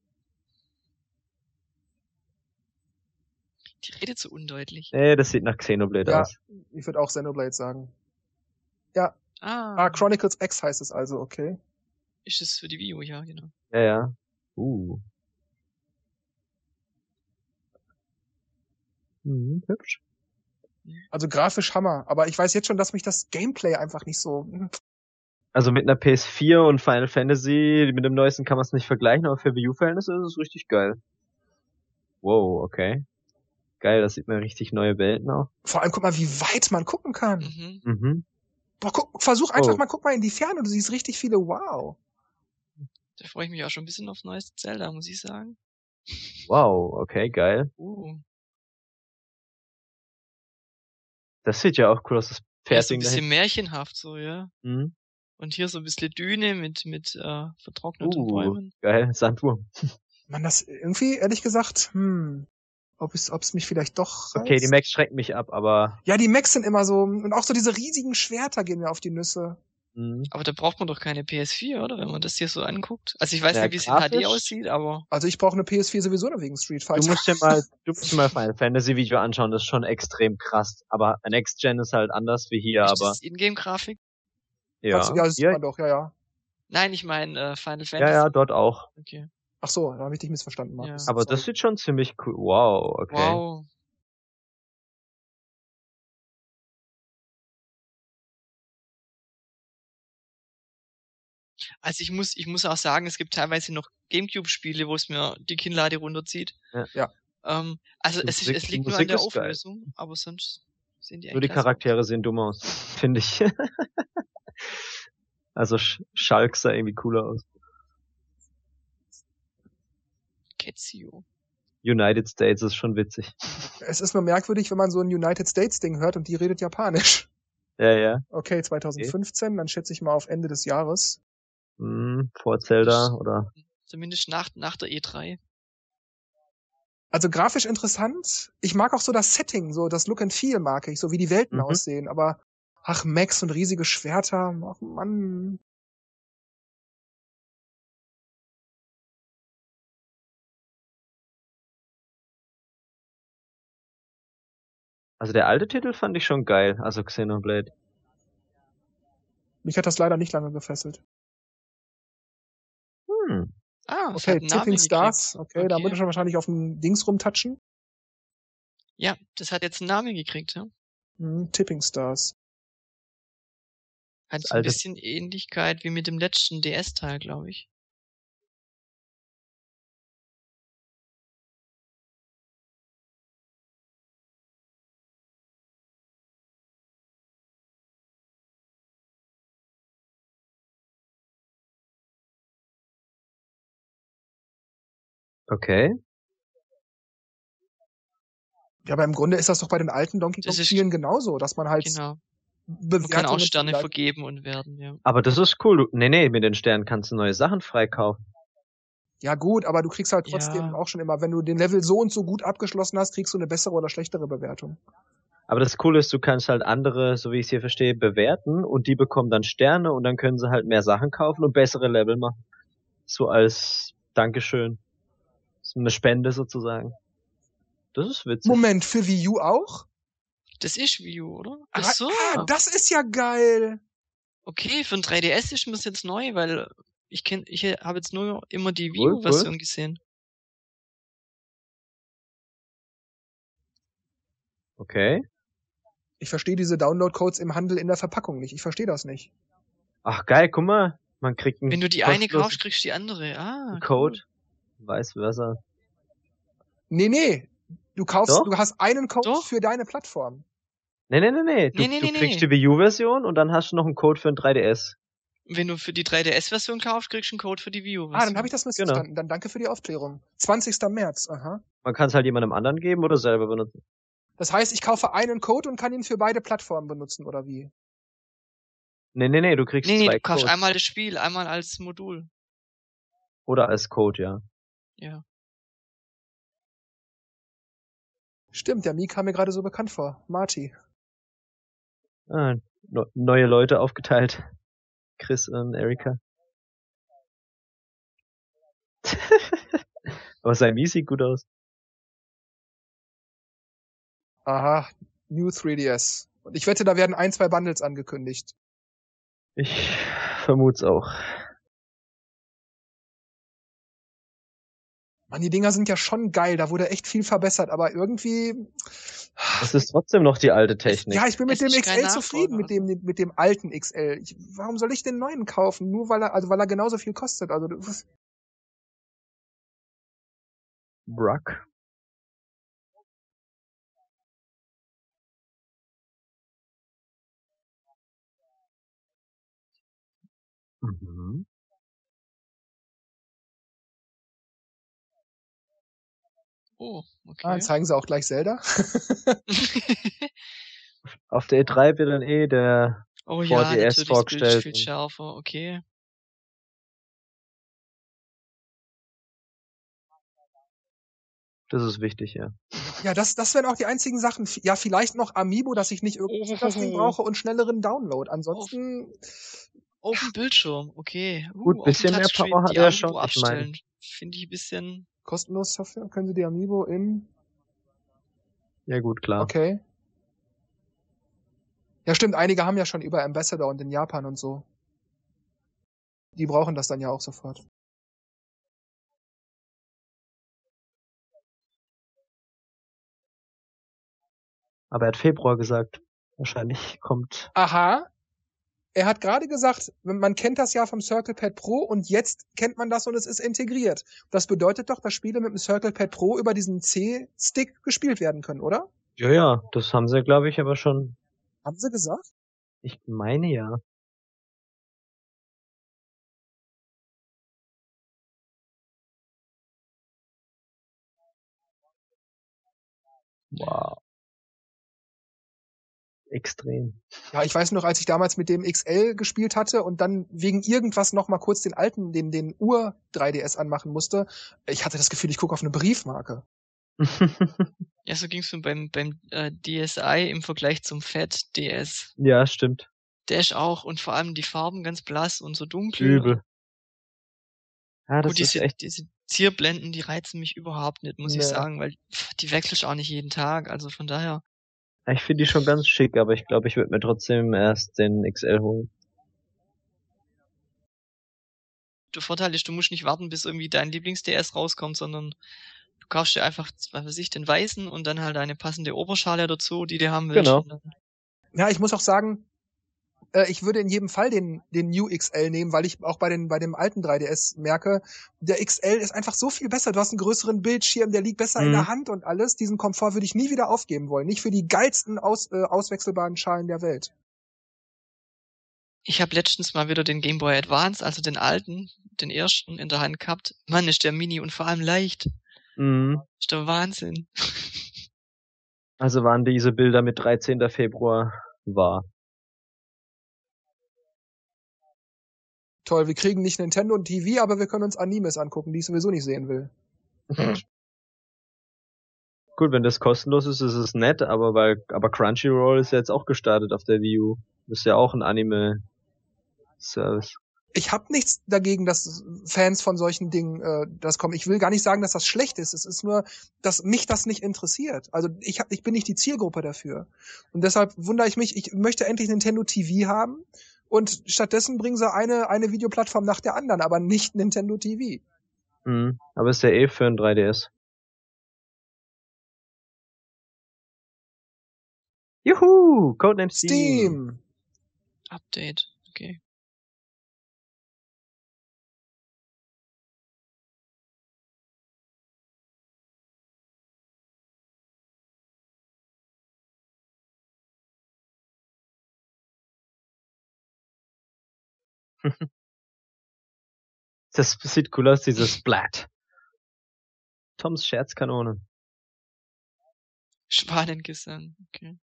[SPEAKER 2] Die redet so undeutlich.
[SPEAKER 3] Nee, das sieht nach Xenoblade
[SPEAKER 1] Ja.
[SPEAKER 3] aus.
[SPEAKER 1] Ich würde auch Xenoblade sagen. Ah,
[SPEAKER 2] Ah,
[SPEAKER 1] Chronicles X heißt es also, okay.
[SPEAKER 2] ist es für die Wii U, ja, genau.
[SPEAKER 3] Ja, ja. Uh. Mhm, hübsch.
[SPEAKER 1] Also grafisch Hammer. Aber ich weiß jetzt schon, dass mich das Gameplay einfach nicht so... hm,
[SPEAKER 3] Also mit einer PS4 und Final Fantasy, mit dem neuesten kann man es nicht vergleichen, aber für Wii U-Verhältnisse ist es richtig geil. Wow, okay. Geil, das sieht man richtig neue Welten auch.
[SPEAKER 1] Vor allem, guck mal, wie weit man gucken kann.
[SPEAKER 2] Mhm.
[SPEAKER 3] Mhm.
[SPEAKER 1] Boah, guck, versuch einfach
[SPEAKER 3] Oh.
[SPEAKER 1] mal, guck mal in die Ferne. Du siehst richtig viele, wow.
[SPEAKER 2] Da freue ich mich auch schon ein bisschen aufs neueste Zelda, muss ich sagen.
[SPEAKER 3] Wow, okay, geil.
[SPEAKER 2] Uh,
[SPEAKER 3] Das sieht ja auch cool aus, das
[SPEAKER 2] ja, so ein
[SPEAKER 3] Pferdding
[SPEAKER 2] bisschen
[SPEAKER 3] dahin.
[SPEAKER 2] märchenhaft so, ja.
[SPEAKER 3] Mhm.
[SPEAKER 2] Und hier so ein bisschen Düne mit, mit äh, vertrockneten
[SPEAKER 3] Uh.
[SPEAKER 2] Bäumen.
[SPEAKER 3] Geil, Sandwurm.
[SPEAKER 1] Man, das irgendwie, ehrlich gesagt, hm, ob es ob's mich vielleicht doch reizt.
[SPEAKER 3] Okay, die Max schreckt mich ab, aber
[SPEAKER 1] Ja, die Mechs sind immer so, hm, und auch so diese riesigen Schwerter gehen mir auf die Nüsse.
[SPEAKER 3] mh.
[SPEAKER 2] Aber da braucht man doch keine PS4, oder? Wenn man das hier so anguckt. Also ich weiß
[SPEAKER 3] Ja,
[SPEAKER 2] nicht, wie es in
[SPEAKER 3] grafisch-
[SPEAKER 2] HD aussieht, aber
[SPEAKER 1] Also ich brauche eine PS4 sowieso nur wegen Street Fighter.
[SPEAKER 3] Du musst dir mal, du musst dir mal Final Fantasy Video anschauen, das ist schon extrem krass. Aber ein Next Gen ist halt anders wie hier,
[SPEAKER 2] ist
[SPEAKER 3] aber
[SPEAKER 2] das Ingame-Grafik?
[SPEAKER 3] ja.
[SPEAKER 1] Kannst du- ja, das sieht
[SPEAKER 3] hier,
[SPEAKER 1] man doch, ja, ja.
[SPEAKER 2] Nein, ich meine äh, Final Fantasy.
[SPEAKER 3] ja, ja, dort auch.
[SPEAKER 2] Okay.
[SPEAKER 1] Ach so, da habe ich dich missverstanden, Markus.
[SPEAKER 2] Ja.
[SPEAKER 3] Aber das
[SPEAKER 1] Sorry.
[SPEAKER 3] sieht schon ziemlich cool. Wow, okay.
[SPEAKER 2] Wow. Also ich muss, ich muss auch sagen, es gibt teilweise noch Gamecube-Spiele, wo es mir die Kinnlade runterzieht.
[SPEAKER 3] Ja.
[SPEAKER 1] Ja.
[SPEAKER 2] Ähm, also es,
[SPEAKER 3] Musik-
[SPEAKER 2] es liegt nur
[SPEAKER 3] Musik
[SPEAKER 2] an der
[SPEAKER 3] ist geil.
[SPEAKER 2] Auflösung, aber sonst sind die
[SPEAKER 3] Nur die
[SPEAKER 2] eigentlich klasse.
[SPEAKER 3] Charaktere sehen dumm aus, finde ich. also Sch Schalk sah irgendwie cooler aus.
[SPEAKER 2] Ketzio.
[SPEAKER 3] United States ist schon witzig.
[SPEAKER 1] Es ist nur merkwürdig, wenn man so ein United States Ding hört und die redet Japanisch.
[SPEAKER 3] Ja, ja.
[SPEAKER 1] Okay, 2015, dann schätze ich mal auf Ende des Jahres.
[SPEAKER 3] Hm, vor Zelda
[SPEAKER 2] Das-
[SPEAKER 3] oder
[SPEAKER 2] Zumindest nach, nach der E E3.
[SPEAKER 1] Also grafisch interessant. Ich mag auch so das Setting, so das Look and Feel mag ich, so wie die Welten
[SPEAKER 3] Mhm.
[SPEAKER 1] aussehen, aber ach, Max und riesige Schwerter, ach Mann.
[SPEAKER 3] also der alte Titel fand ich schon geil, also Xenoblade.
[SPEAKER 1] Mich hat das leider nicht lange gefesselt.
[SPEAKER 3] Hm.
[SPEAKER 2] Ah, es hat
[SPEAKER 1] Okay,
[SPEAKER 2] einen Namen
[SPEAKER 1] Tipping
[SPEAKER 2] gekriegt.
[SPEAKER 1] Stars, okay, da
[SPEAKER 2] Okay.
[SPEAKER 1] würde schon wahrscheinlich auf den Dings rumtatschen.
[SPEAKER 2] Ja, das hat jetzt einen Namen gekriegt, ja.
[SPEAKER 1] Hm, Tipping Stars.
[SPEAKER 2] Hat
[SPEAKER 3] Das
[SPEAKER 2] so ein
[SPEAKER 3] alte-
[SPEAKER 2] bisschen Ähnlichkeit wie mit dem letzten DS-Teil, glaube ich.
[SPEAKER 3] Okay.
[SPEAKER 1] Ja, aber im Grunde ist das doch bei den alten Donkey Kong
[SPEAKER 2] Das ist-
[SPEAKER 1] Spielen genauso, dass man halt
[SPEAKER 2] Genau. Man
[SPEAKER 1] Bewertungen
[SPEAKER 2] kann auch Sterne
[SPEAKER 1] vergleicht.
[SPEAKER 2] vergeben und werden, ja.
[SPEAKER 3] Aber das ist cool. Du- Nee, nee, mit den Sternen kannst du neue Sachen freikaufen.
[SPEAKER 1] Ja gut, aber du kriegst halt trotzdem
[SPEAKER 2] Ja.
[SPEAKER 1] auch schon immer, wenn du den Level so und so gut abgeschlossen hast, kriegst du eine bessere oder schlechtere Bewertung.
[SPEAKER 3] Aber das Coole ist, du kannst halt andere, so wie ich es hier verstehe, bewerten und die bekommen dann Sterne und dann können sie halt mehr Sachen kaufen und bessere Level machen. So als Dankeschön. So eine Spende sozusagen. Das ist witzig.
[SPEAKER 1] Moment, für Wii U auch?
[SPEAKER 2] Das ist Wii U, oder? Ach
[SPEAKER 1] Gra-
[SPEAKER 2] so.
[SPEAKER 1] Ah, das ist ja geil.
[SPEAKER 2] Okay, für ein 3DS ist mir das jetzt neu, weil ich kenn, ich habe jetzt nur immer die Wii
[SPEAKER 3] Cool,
[SPEAKER 2] U-Version gesehen.
[SPEAKER 3] Okay.
[SPEAKER 1] Ich verstehe diese Download-Codes im Handel in der Verpackung nicht. Ich verstehe das nicht.
[SPEAKER 3] Ach geil, guck mal, man kriegt einen
[SPEAKER 2] Wenn du die eine
[SPEAKER 3] kostenlosen
[SPEAKER 2] kaufst, kriegst du die andere. Ah,
[SPEAKER 3] Code, vice versa.
[SPEAKER 1] Nee, nee. Du kaufst,
[SPEAKER 3] Doch?
[SPEAKER 1] du hast einen Code
[SPEAKER 2] Doch.
[SPEAKER 1] für deine Plattform.
[SPEAKER 3] Nee, nee, nee, nee. Du,
[SPEAKER 2] Nee, nee,
[SPEAKER 3] du
[SPEAKER 2] nee, nee.
[SPEAKER 3] kriegst die Wii U-Version und dann hast du noch einen Code für ein 3DS.
[SPEAKER 2] Wenn du für die 3DS-Version kaufst, kriegst du einen Code für die Wii U.
[SPEAKER 1] Ah, dann habe ich das missverstanden. Dann danke für die Aufklärung. 20. März, aha.
[SPEAKER 3] Man kann es halt jemandem anderen geben oder selber benutzen.
[SPEAKER 1] Das heißt, ich kaufe einen Code und kann ihn für beide Plattformen benutzen, oder wie?
[SPEAKER 3] Nee, nee, nee, du kriegst
[SPEAKER 2] Nee, nee,
[SPEAKER 3] zwei
[SPEAKER 2] du kaufst
[SPEAKER 3] Codes.
[SPEAKER 2] einmal das Spiel, einmal als Modul.
[SPEAKER 3] Oder als Code, ja.
[SPEAKER 2] Ja.
[SPEAKER 1] Stimmt, der Mii kam mir gerade so bekannt vor. Marty.
[SPEAKER 3] Ah, ne- neue Leute aufgeteilt. Chris und Erika. Aber sein Mii sieht gut aus.
[SPEAKER 1] Aha, New 3DS. Und ich wette, da werden ein, zwei Bundles angekündigt.
[SPEAKER 3] Ich vermut's auch.
[SPEAKER 1] Mann, die Dinger sind ja schon geil. Da wurde echt viel verbessert, aber irgendwie.
[SPEAKER 3] Es ist trotzdem noch die alte Technik.
[SPEAKER 1] Ja, ich bin mit
[SPEAKER 2] Es
[SPEAKER 1] dem
[SPEAKER 2] ist kein
[SPEAKER 1] XL zufrieden, mit dem, mit dem alten XL. Ich, warum soll ich den neuen kaufen? Nur weil er, also weil er genauso viel kostet. Also, was,
[SPEAKER 3] Bruck. Mhm.
[SPEAKER 2] Oh, okay.
[SPEAKER 1] ah, zeigen sie auch gleich Zelda?
[SPEAKER 3] Auf der E3 wird dann eh der
[SPEAKER 2] oh ja,
[SPEAKER 3] 4DS
[SPEAKER 2] natürlich, das Bild ist
[SPEAKER 3] vorgestellt
[SPEAKER 2] viel
[SPEAKER 3] und-
[SPEAKER 2] schärfer, okay.
[SPEAKER 3] Das ist wichtig, ja.
[SPEAKER 1] Ja, das, das wären auch die einzigen Sachen. F- Ja, vielleicht noch Amiibo, dass ich nicht irgendwie das Ding brauche und schnelleren Download. Ansonsten,
[SPEAKER 2] Auf dem Bildschirm, okay. Uh,
[SPEAKER 3] Gut,
[SPEAKER 2] auf dem
[SPEAKER 3] bisschen mehr
[SPEAKER 2] Touchscreen
[SPEAKER 3] Power hat
[SPEAKER 2] die
[SPEAKER 3] er
[SPEAKER 2] Amiibo
[SPEAKER 3] schon, ich
[SPEAKER 2] abstellen. Finde ich ein bisschen.
[SPEAKER 1] kostenlos Software, können sie die Amiibo in,
[SPEAKER 3] Ja, gut, klar.
[SPEAKER 1] okay. Ja, stimmt, einige haben ja schon über Ambassador und in Japan und so. Die brauchen das dann ja auch sofort.
[SPEAKER 3] Aber er hat Februar gesagt. Wahrscheinlich kommt.
[SPEAKER 1] Aha. Er hat gerade gesagt, wenn- man kennt das ja vom Circle Pad Pro und jetzt kennt man das und es ist integriert. Das bedeutet doch, dass Spiele mit dem Circle Pad Pro über diesen C-Stick gespielt werden können, oder?
[SPEAKER 3] Ja, ja, das haben sie, glaube ich, aber schon.
[SPEAKER 1] Haben sie gesagt?
[SPEAKER 3] Ich meine ja. Wow. Extrem.
[SPEAKER 1] Ja, ich weiß noch, als ich damals mit dem XL gespielt hatte und dann wegen irgendwas noch mal kurz den alten, den, den Ur 3DS anmachen musste, ich hatte das Gefühl, ich gucke auf eine Briefmarke.
[SPEAKER 2] Ja, so ging's mir beim, beim äh, DSI im Vergleich zum Fat DS.
[SPEAKER 3] ja, stimmt.
[SPEAKER 2] Der ist auch und vor allem die Farben ganz blass und so dunkel.
[SPEAKER 3] Übel. Ja, das
[SPEAKER 2] Gut,
[SPEAKER 3] ist
[SPEAKER 2] diese,
[SPEAKER 3] echt.
[SPEAKER 2] diese Zierblenden, die reizen mich überhaupt nicht, muss ich
[SPEAKER 1] Nee.
[SPEAKER 2] sagen, weil pff, die wechselst auch nicht jeden Tag. Also von daher.
[SPEAKER 3] Ich finde die schon ganz schick, aber ich glaube, ich würde mir trotzdem erst den XL holen.
[SPEAKER 2] Der Vorteil ist, du musst nicht warten, bis irgendwie dein Lieblings-DS rauskommt, sondern du kaufst dir einfach, was weiß ich, den weißen und dann halt eine passende Oberschale dazu, die du haben willst.
[SPEAKER 3] Genau.
[SPEAKER 2] Und dann-
[SPEAKER 1] Ja, ich muss auch sagen, äh, ich würde in jedem Fall den, den New XL nehmen, weil ich auch bei, den, bei dem alten 3DS merke, der XL ist einfach so viel besser. Du hast einen größeren Bildschirm, der liegt besser in
[SPEAKER 3] Mhm.
[SPEAKER 1] der Hand und alles. Diesen Komfort würde ich nie wieder aufgeben wollen. Nicht für die geilsten aus, äh, auswechselbaren Schalen der Welt.
[SPEAKER 2] Ich habe letztens mal wieder den Game Boy Advance, also den alten, den ersten in der Hand gehabt. Mann, ist der mini und vor allem leicht.
[SPEAKER 3] Mhm.
[SPEAKER 2] Ist der Wahnsinn.
[SPEAKER 3] Also waren diese Bilder mit 13. Februar wahr.
[SPEAKER 1] Toll, wir kriegen nicht Nintendo und TV, aber wir können uns Animes angucken, die ich sowieso nicht sehen will.
[SPEAKER 3] Hm. Gut, wenn das kostenlos ist, ist es nett, aber weil, aber Crunchyroll ist ja jetzt auch gestartet auf der Wii U. Ist ja auch ein Anime-Service.
[SPEAKER 1] ich habe nichts dagegen, dass Fans von solchen Dingen äh, das kommen. Ich will gar nicht sagen, dass das schlecht ist. Es ist nur, dass mich das nicht interessiert. Also ich, hab, ich bin nicht die Zielgruppe dafür. Und deshalb wundere ich mich, ich möchte endlich Nintendo TV haben und stattdessen bringen sie eine, eine Videoplattform nach der anderen, aber nicht Nintendo TV.
[SPEAKER 3] Mhm. Aber ist ja eh für ein 3DS. Juhu! Codename
[SPEAKER 1] Steam.
[SPEAKER 3] Steam!
[SPEAKER 2] Update. Okay.
[SPEAKER 3] Das sieht cool aus, dieses Blatt. Toms Scherzkanone.
[SPEAKER 2] Schwanengesang. Okay.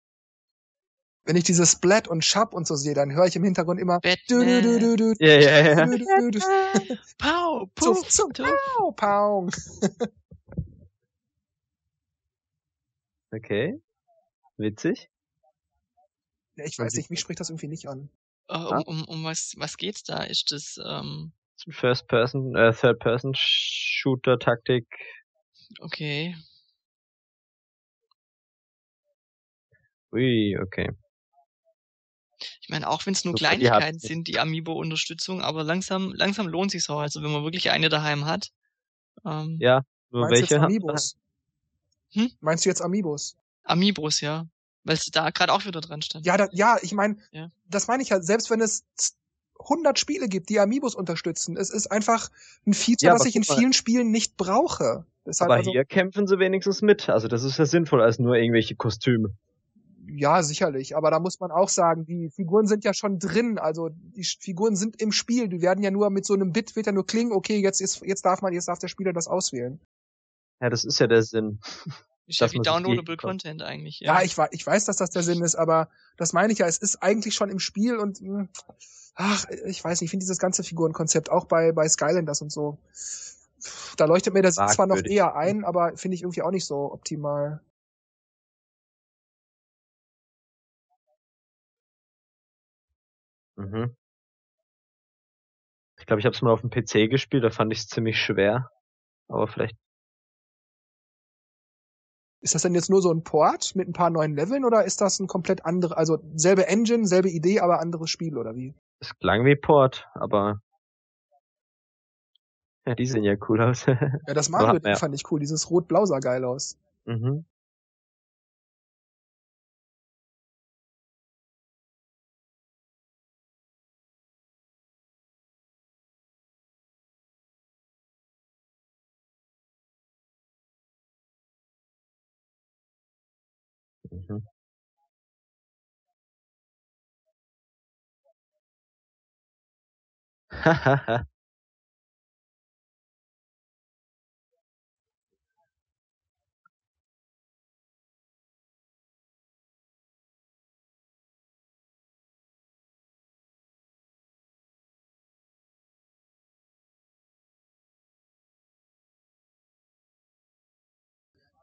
[SPEAKER 1] Wenn ich dieses Splat und Schub und so sehe, dann höre ich im Hintergrund immer du, du, du,
[SPEAKER 2] Batman.
[SPEAKER 1] du, du,
[SPEAKER 3] Ja, ja, ja.
[SPEAKER 1] du, du, du, du,
[SPEAKER 2] Pow,
[SPEAKER 1] Zuff,
[SPEAKER 2] puff,
[SPEAKER 1] zuff,
[SPEAKER 2] tuff.
[SPEAKER 1] pow, pow.
[SPEAKER 3] Okay. Witzig.
[SPEAKER 1] Ja, Ich weiß nicht, mich spricht das irgendwie nicht an.
[SPEAKER 2] Äh, um, um, um was, was geht's da? Ist das, ähm,
[SPEAKER 3] First Person, äh, Third Person Shooter Taktik.
[SPEAKER 2] okay.
[SPEAKER 3] Ui, okay.
[SPEAKER 2] Ich meine, auch wenn es nur
[SPEAKER 3] So, die hat-
[SPEAKER 2] Kleinigkeiten sind, die Amiibo-Unterstützung, aber langsam, langsam lohnt sich's auch. Also wenn man wirklich eine daheim hat. Ähm,
[SPEAKER 3] Ja. Nur
[SPEAKER 1] Meinst du jetzt
[SPEAKER 3] welche haben-
[SPEAKER 1] Amiibos?
[SPEAKER 2] Hm?
[SPEAKER 1] Meinst du jetzt Amiibos?
[SPEAKER 2] Amiibos, ja. Weil es da gerade auch wieder dran stand.
[SPEAKER 1] Ja, da, ja, ich meine,
[SPEAKER 2] Ja.
[SPEAKER 1] das meine ich ja, selbst wenn es 100 Spiele gibt, die Amiibos unterstützen, es ist einfach ein Feature,
[SPEAKER 3] Ja,
[SPEAKER 1] was
[SPEAKER 3] aber
[SPEAKER 1] ich in
[SPEAKER 3] guck mal.
[SPEAKER 1] vielen Spielen nicht brauche. Deshalb
[SPEAKER 3] Aber
[SPEAKER 1] also,
[SPEAKER 3] hier kämpfen sie wenigstens mit. Also das ist ja sinnvoll als nur irgendwelche Kostüme.
[SPEAKER 1] ja, sicherlich, aber da muss man auch sagen, die Figuren sind ja schon drin, also die Sch- Figuren sind im Spiel, die werden ja nur mit so einem Bit wird ja nur klingen, okay, jetzt ist jetzt darf man, jetzt darf der Spieler das auswählen.
[SPEAKER 3] Ja, das ist ja der Sinn.
[SPEAKER 2] Ist ja
[SPEAKER 3] dass
[SPEAKER 2] wie
[SPEAKER 3] man sich die-
[SPEAKER 2] downloadable Content eigentlich.
[SPEAKER 1] Ja, ich, wa- ich weiß, dass das der Sinn ist, aber das meine ich ja, es ist eigentlich schon im Spiel und mh, ach, ich weiß nicht, ich finde dieses ganze Figurenkonzept auch bei, bei Skylanders und so. Da leuchtet mir das zwar noch
[SPEAKER 3] Fragwürdig.
[SPEAKER 1] eher ein, aber finde ich irgendwie auch nicht so optimal.
[SPEAKER 3] Mhm. Ich glaube, ich habe es mal auf dem PC gespielt, da fand ich es ziemlich schwer. Aber vielleicht.
[SPEAKER 1] Ist das denn jetzt nur so ein Port mit ein paar neuen Leveln oder ist das ein komplett andere, also selbe Engine, selbe Idee, aber anderes Spiel oder wie?
[SPEAKER 3] Es klang wie Port, aber. Ja, die sehen ja cool aus.
[SPEAKER 1] Ja, das
[SPEAKER 3] hat
[SPEAKER 1] Mario
[SPEAKER 3] man ja-
[SPEAKER 1] fand ich cool, dieses Rot-Blau sah geil aus.
[SPEAKER 3] mhm. Mhm. Hahaha.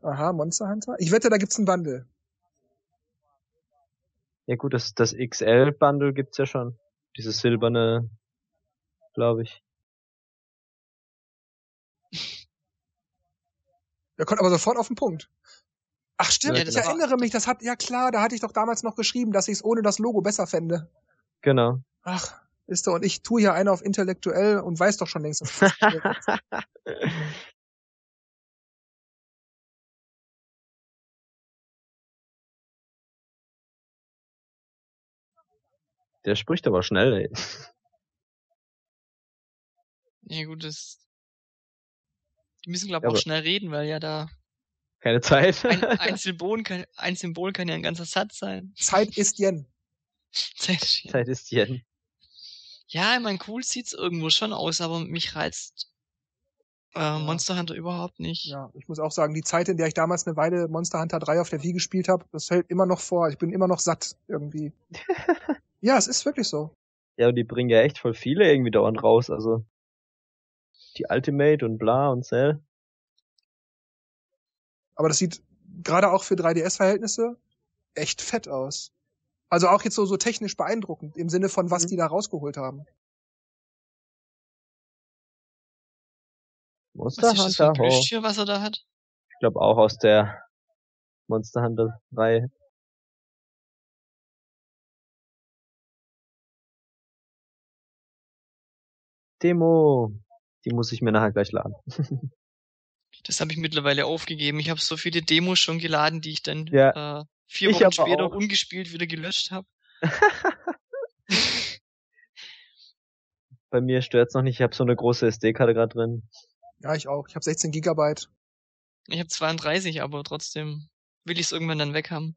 [SPEAKER 1] Aha, Monster Hunter. Ich wette, da gibt's einen Bundle.
[SPEAKER 3] ja gut, das, das XL-Bundle gibt's ja schon. Dieses silberne, glaube ich.
[SPEAKER 1] Der kommt aber sofort auf den Punkt. Ach stimmt,
[SPEAKER 3] Ja,
[SPEAKER 1] ich
[SPEAKER 2] genau.
[SPEAKER 1] erinnere mich, das hat, ja klar, da hatte ich doch damals noch geschrieben, dass ich es ohne das Logo besser fände.
[SPEAKER 3] Genau.
[SPEAKER 1] Ach, ist und ich tue hier einer auf intellektuell und weiß doch schon längst, dass das
[SPEAKER 3] Der spricht aber schnell, ey.
[SPEAKER 2] Ja, gut, das. Die müssen, glaube
[SPEAKER 3] Ja,
[SPEAKER 2] ich, auch
[SPEAKER 3] aber-
[SPEAKER 2] schnell reden, weil ja da
[SPEAKER 3] Keine Zeit.
[SPEAKER 2] ein, ein, Symbol kann, ein Symbol kann ja ein ganzer Satz sein.
[SPEAKER 1] Zeit ist Yen.
[SPEAKER 3] Zeit ist Yen.
[SPEAKER 2] Ja, ich mein, cool sieht's irgendwo schon aus, aber mich reizt äh, Monster Hunter überhaupt nicht.
[SPEAKER 1] Ja, ich muss auch sagen, die Zeit, in der ich damals eine Weile Monster Hunter 3 auf der Wii gespielt habe, das hält immer noch vor. Ich bin immer noch satt irgendwie. ja, es ist wirklich so.
[SPEAKER 3] Ja, und die bringen ja echt voll viele irgendwie dauernd raus, also. Die Ultimate und bla und Cell.
[SPEAKER 1] Aber das sieht gerade auch für 3DS-Verhältnisse echt fett aus. Also auch jetzt so, so technisch beeindruckend im Sinne von, was
[SPEAKER 3] Mhm.
[SPEAKER 1] die da rausgeholt haben.
[SPEAKER 3] Monster
[SPEAKER 2] Was ist das für ein
[SPEAKER 3] Hunter Ho.
[SPEAKER 2] Plüschtier, was er da hat?
[SPEAKER 3] Ich glaube auch aus der Monster Hunter Reihe. Demo. Die muss ich mir nachher gleich laden.
[SPEAKER 2] Das habe ich mittlerweile aufgegeben. Ich habe so viele Demos schon geladen, die ich dann
[SPEAKER 3] Ja.
[SPEAKER 2] äh, vier
[SPEAKER 3] Ich
[SPEAKER 2] Wochen
[SPEAKER 3] aber
[SPEAKER 2] später
[SPEAKER 3] auch.
[SPEAKER 2] ungespielt wieder gelöscht habe.
[SPEAKER 3] Bei mir stört's noch nicht, ich habe so eine große SD-Karte gerade drin.
[SPEAKER 1] Ja, ich auch. Ich habe 16 Gigabyte.
[SPEAKER 2] Ich habe 32, aber trotzdem will ich es irgendwann dann weg haben.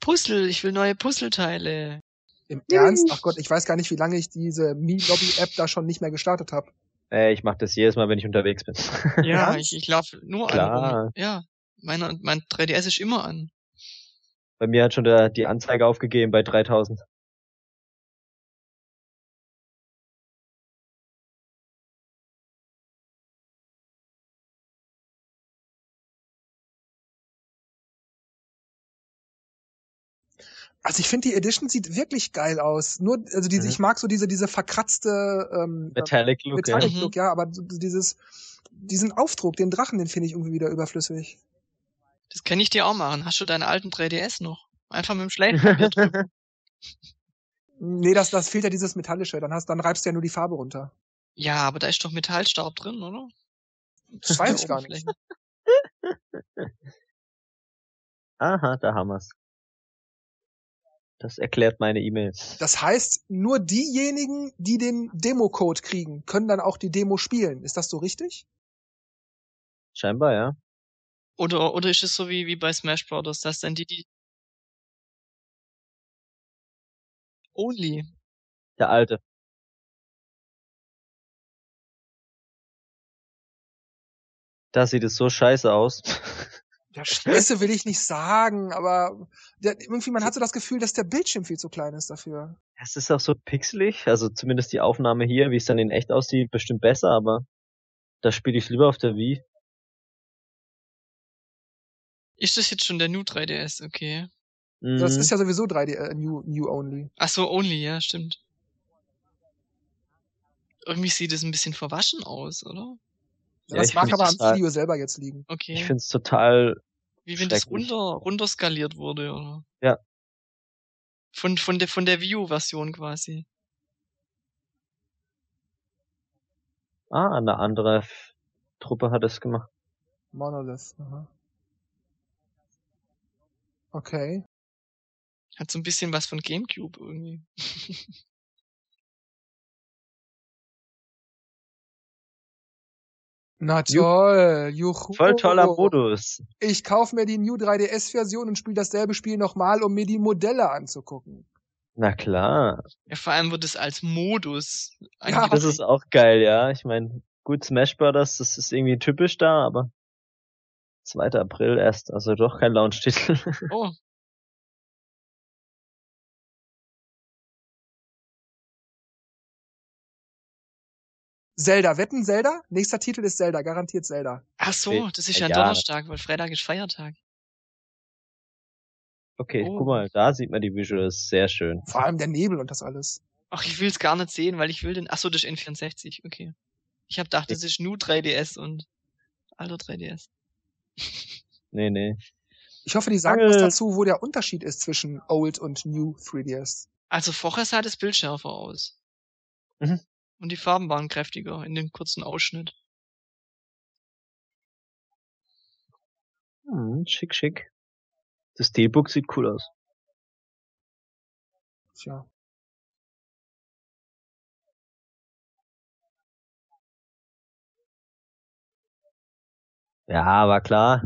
[SPEAKER 2] Puzzle, ich will neue Puzzleteile.
[SPEAKER 1] Im Ernst? Ach Gott, ich weiß gar nicht, wie lange ich diese Mi-Lobby-App da schon nicht mehr gestartet habe.
[SPEAKER 3] Äh, ich mache das jedes Mal, wenn ich unterwegs bin.
[SPEAKER 2] Ja, ich, ich laufe nur an.
[SPEAKER 3] Klar.
[SPEAKER 2] rum. Ja, meiner, mein 3DS ist immer an.
[SPEAKER 3] Bei mir hat schon der, die Anzeige aufgegeben bei 3000.
[SPEAKER 1] Also ich finde die Edition sieht wirklich geil aus. Nur, also diese,
[SPEAKER 3] Mhm.
[SPEAKER 1] ich mag so diese, diese verkratzte ähm,
[SPEAKER 3] Metallic Look, ja.
[SPEAKER 1] Metallic Look, ja, aber so dieses, diesen Aufdruck, den Drachen, den finde ich irgendwie wieder überflüssig.
[SPEAKER 2] Das kann ich dir auch machen. Hast du deinen alten 3DS noch? Einfach mit dem Schleifpapier drücken.
[SPEAKER 1] Nee, das, das fehlt ja dieses Metallische. Dann hast, dann reibst du ja nur die Farbe runter.
[SPEAKER 2] Ja, aber da ist doch Metallstaub drin, oder?
[SPEAKER 1] Das weiß
[SPEAKER 3] Oh,
[SPEAKER 1] ich gar nicht.
[SPEAKER 2] Oberflächen.
[SPEAKER 3] Aha, da haben wir's. Das erklärt meine E-Mail.
[SPEAKER 1] Das heißt, nur diejenigen, die den Demo-Code kriegen, können dann auch die Demo spielen. Ist das so richtig?
[SPEAKER 3] Scheinbar, ja.
[SPEAKER 2] Oder, oder ist es so wie, wie bei Smash Brothers, dass dann die, die Only.
[SPEAKER 3] Der alte. Da sieht es so scheiße aus.
[SPEAKER 1] Ja, Scheiße will ich nicht sagen, aber der, irgendwie, man hat so das Gefühl, dass der Bildschirm viel zu klein ist dafür.
[SPEAKER 3] Es ist auch so pixelig, also zumindest die Aufnahme hier, wie es dann in echt aussieht, bestimmt besser, aber da spiele ich lieber auf der Wii.
[SPEAKER 2] Ist das jetzt schon der New 3DS? Okay.
[SPEAKER 3] Mhm.
[SPEAKER 1] Das ist ja sowieso 3D, äh, New, New Only.
[SPEAKER 2] Ach so, Only, ja, stimmt. Irgendwie sieht es ein bisschen verwaschen aus, oder?
[SPEAKER 1] Ja,
[SPEAKER 3] Ja,
[SPEAKER 1] das
[SPEAKER 3] ich
[SPEAKER 1] mag
[SPEAKER 3] find's
[SPEAKER 1] aber am
[SPEAKER 3] total-
[SPEAKER 1] Video selber jetzt liegen.
[SPEAKER 2] Okay.
[SPEAKER 3] ich finde es total,
[SPEAKER 2] Wie wenn das
[SPEAKER 3] Schrecklich.
[SPEAKER 2] runter, runter skaliert wurde, oder?
[SPEAKER 3] Ja.
[SPEAKER 2] Von, von der, von der Wii U-Version quasi.
[SPEAKER 3] ah, eine andere F Truppe hat es gemacht.
[SPEAKER 1] Monolith. Aha. Okay.
[SPEAKER 2] Hat so ein bisschen was von Gamecube irgendwie.
[SPEAKER 1] Na toll. Juhu.
[SPEAKER 3] Voll toller Modus.
[SPEAKER 1] Ich kaufe mir die New 3DS-Version und spiele dasselbe Spiel nochmal, um mir die Modelle anzugucken.
[SPEAKER 3] Na klar.
[SPEAKER 2] Ja, vor allem wird es als Modus.
[SPEAKER 1] Ja.
[SPEAKER 3] Das ist auch geil, ja. Ich meine, gut, Smash Brothers, das ist irgendwie typisch da, aber 2. April erst, also doch kein Launch-Titel.
[SPEAKER 2] angekündigt. Oh,
[SPEAKER 1] Zelda, wetten Zelda? Nächster Titel ist Zelda, garantiert Zelda.
[SPEAKER 2] ach so, das ist ja,
[SPEAKER 3] Ja.
[SPEAKER 2] Donnerstag, weil Freitag ist Feiertag.
[SPEAKER 3] Okay,
[SPEAKER 2] Oh.
[SPEAKER 3] guck mal, da sieht man die Visuals sehr schön.
[SPEAKER 1] Vor allem der Nebel und das alles.
[SPEAKER 2] Ach, ich will es gar nicht sehen, weil ich will den. Ach so, das ist N64, okay. Ich hab gedacht, das ist nur 3DS und alter 3DS.
[SPEAKER 3] Nee, nee.
[SPEAKER 1] Ich hoffe, die sagen
[SPEAKER 3] Angel.
[SPEAKER 1] was dazu, wo der Unterschied ist zwischen Old und New 3DS.
[SPEAKER 2] Also vorher sah das Bild schärfer aus.
[SPEAKER 3] Mhm.
[SPEAKER 2] Und die Farben waren kräftiger in dem kurzen Ausschnitt.
[SPEAKER 3] Hm, schick, schick. Das Steelbook sieht cool aus.
[SPEAKER 1] Tja.
[SPEAKER 3] Ja, war klar.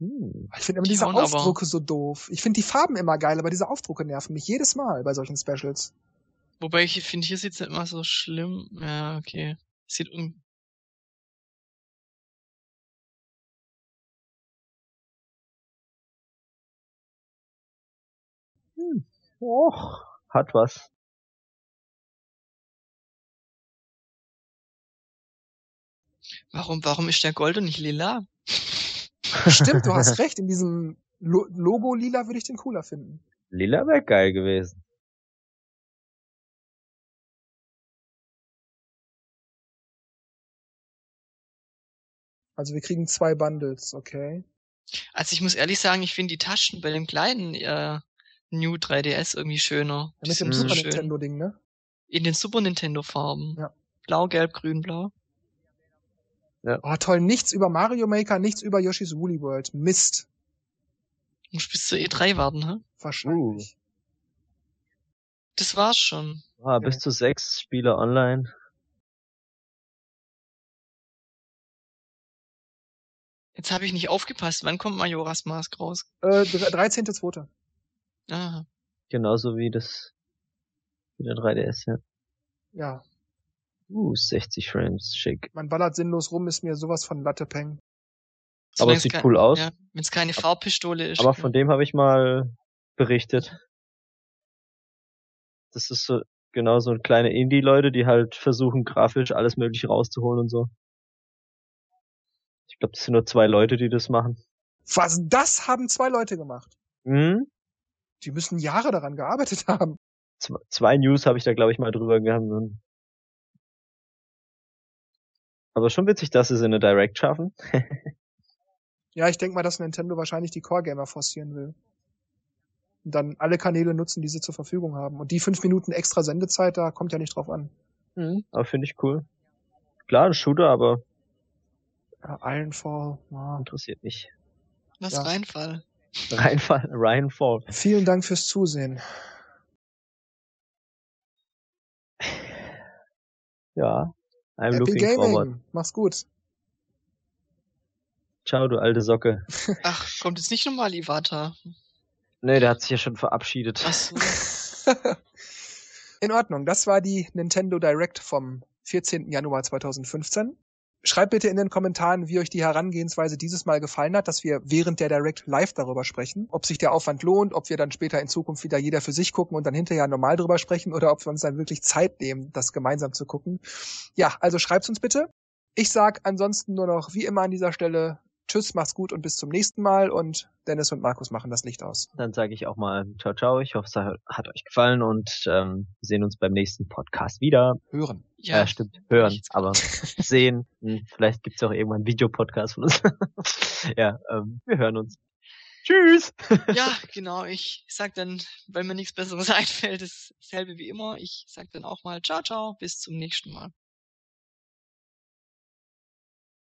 [SPEAKER 3] Hm.
[SPEAKER 1] Ich finde immer
[SPEAKER 2] Die
[SPEAKER 1] diese
[SPEAKER 2] hauen aber-
[SPEAKER 1] Aufdrucke so doof. Ich finde die Farben immer geil, aber diese Aufdrucke nerven mich jedes Mal bei solchen Specials.
[SPEAKER 2] Wobei ich finde, hier sieht's nicht immer so schlimm. Ja, okay. Sieht un
[SPEAKER 3] Och, hat was.
[SPEAKER 2] warum, warum ist der Gold und nicht lila?
[SPEAKER 1] Stimmt, du hast recht. In diesem Lo Logo lila würde ich den cooler finden.
[SPEAKER 3] Lila wäre geil gewesen.
[SPEAKER 1] Also wir kriegen zwei Bundles, okay.
[SPEAKER 2] Also ich muss ehrlich sagen, ich finde die Taschen bei dem kleinen äh, New 3DS irgendwie schöner. Die
[SPEAKER 1] Ja, mit dem
[SPEAKER 2] sind so
[SPEAKER 1] Super
[SPEAKER 2] schön.
[SPEAKER 1] Nintendo Ding, ne?
[SPEAKER 2] In den Super Nintendo Farben.
[SPEAKER 1] Ja.
[SPEAKER 2] Blau, Gelb, Grün, Blau.
[SPEAKER 1] Oh, toll. Nichts über Mario Maker, nichts über Yoshi's Woolly World. Mist.
[SPEAKER 2] Muss bis zur E3 warten, hä?
[SPEAKER 1] Wahrscheinlich.
[SPEAKER 2] Das war's schon.
[SPEAKER 3] Ah, bis zu sechs Spieler online.
[SPEAKER 2] Jetzt habe ich nicht aufgepasst. Wann kommt Majora's Mask raus?
[SPEAKER 1] Äh, 13.2.
[SPEAKER 2] Ah,
[SPEAKER 3] Genauso wie das, wie der 3DS, ja.
[SPEAKER 1] Ja,
[SPEAKER 3] Uh, 60 Frames, schick.
[SPEAKER 1] man ballert sinnlos rum, ist mir sowas von Lattepeng.
[SPEAKER 3] Aber
[SPEAKER 2] solang's
[SPEAKER 3] es sieht
[SPEAKER 2] kein-
[SPEAKER 3] cool aus.
[SPEAKER 2] Ja, wenn es keine Farbpistole ist.
[SPEAKER 3] Aber von dem habe ich mal berichtet. Das ist so genau so kleine Indie-Leute, die halt versuchen, grafisch alles mögliche rauszuholen und so. Ich glaube, das sind nur zwei Leute, die das machen.
[SPEAKER 1] Was, das haben zwei Leute gemacht.
[SPEAKER 3] Hm?
[SPEAKER 1] Die müssen Jahre daran gearbeitet haben.
[SPEAKER 3] Zw- Zwei News habe ich da, glaube ich, mal drüber gehabt. Und- Aber schon witzig, dass sie es in eine Direct schaffen.
[SPEAKER 1] Ja, ich denke mal, dass Nintendo wahrscheinlich die Core-Gamer forcieren will. Und dann alle Kanäle nutzen, die sie zur Verfügung haben. Und die fünf Minuten extra Sendezeit, da kommt ja nicht drauf an. Hm.
[SPEAKER 3] Aber finde ich cool. Klar, ein Shooter, aber
[SPEAKER 1] Ja, Ironfall. Ja.
[SPEAKER 3] interessiert mich.
[SPEAKER 2] Was
[SPEAKER 1] ja.
[SPEAKER 2] Reinfall.
[SPEAKER 3] Reinfall, Reinfall.
[SPEAKER 1] Vielen Dank fürs Zusehen.
[SPEAKER 3] Ja. I'm
[SPEAKER 1] Happy
[SPEAKER 3] looking forward.
[SPEAKER 1] Gaming. Mach's gut.
[SPEAKER 3] Ciao, du alte Socke.
[SPEAKER 2] Ach, kommt jetzt nicht nochmal Iwata.
[SPEAKER 3] Nee, der hat sich ja schon verabschiedet.
[SPEAKER 2] Ach so.
[SPEAKER 1] In Ordnung, das war die Nintendo Direct vom 14. Januar 2015. Schreibt bitte in den Kommentaren, wie euch die Herangehensweise dieses Mal gefallen hat, dass wir während der Direct live darüber sprechen, ob sich der Aufwand lohnt, ob wir dann später in Zukunft wieder jeder für sich gucken und dann hinterher normal drüber sprechen oder ob wir uns dann wirklich Zeit nehmen, das gemeinsam zu gucken. Ja, also schreibt's uns bitte. Ich sag ansonsten nur noch wie immer an dieser Stelle Tschüss, mach's gut und bis zum nächsten Mal und Dennis und Markus machen das Licht aus.
[SPEAKER 3] Dann sage ich auch mal ciao, ciao. Ich hoffe, es hat euch gefallen und ähm, wir sehen uns beim nächsten Podcast wieder.
[SPEAKER 1] Hören.
[SPEAKER 3] Ja,
[SPEAKER 2] ja,
[SPEAKER 3] äh, stimmt, hören,
[SPEAKER 2] nichts.
[SPEAKER 3] aber sehen. Hm, vielleicht gibt's ja auch irgendwann einen Videopodcast von uns. ja, ähm, wir hören uns. Tschüss!
[SPEAKER 2] ja, genau. Ich sag dann, wenn mir nichts Besseres einfällt, dasselbe wie immer. Ich sag dann auch mal ciao, ciao, bis zum nächsten Mal.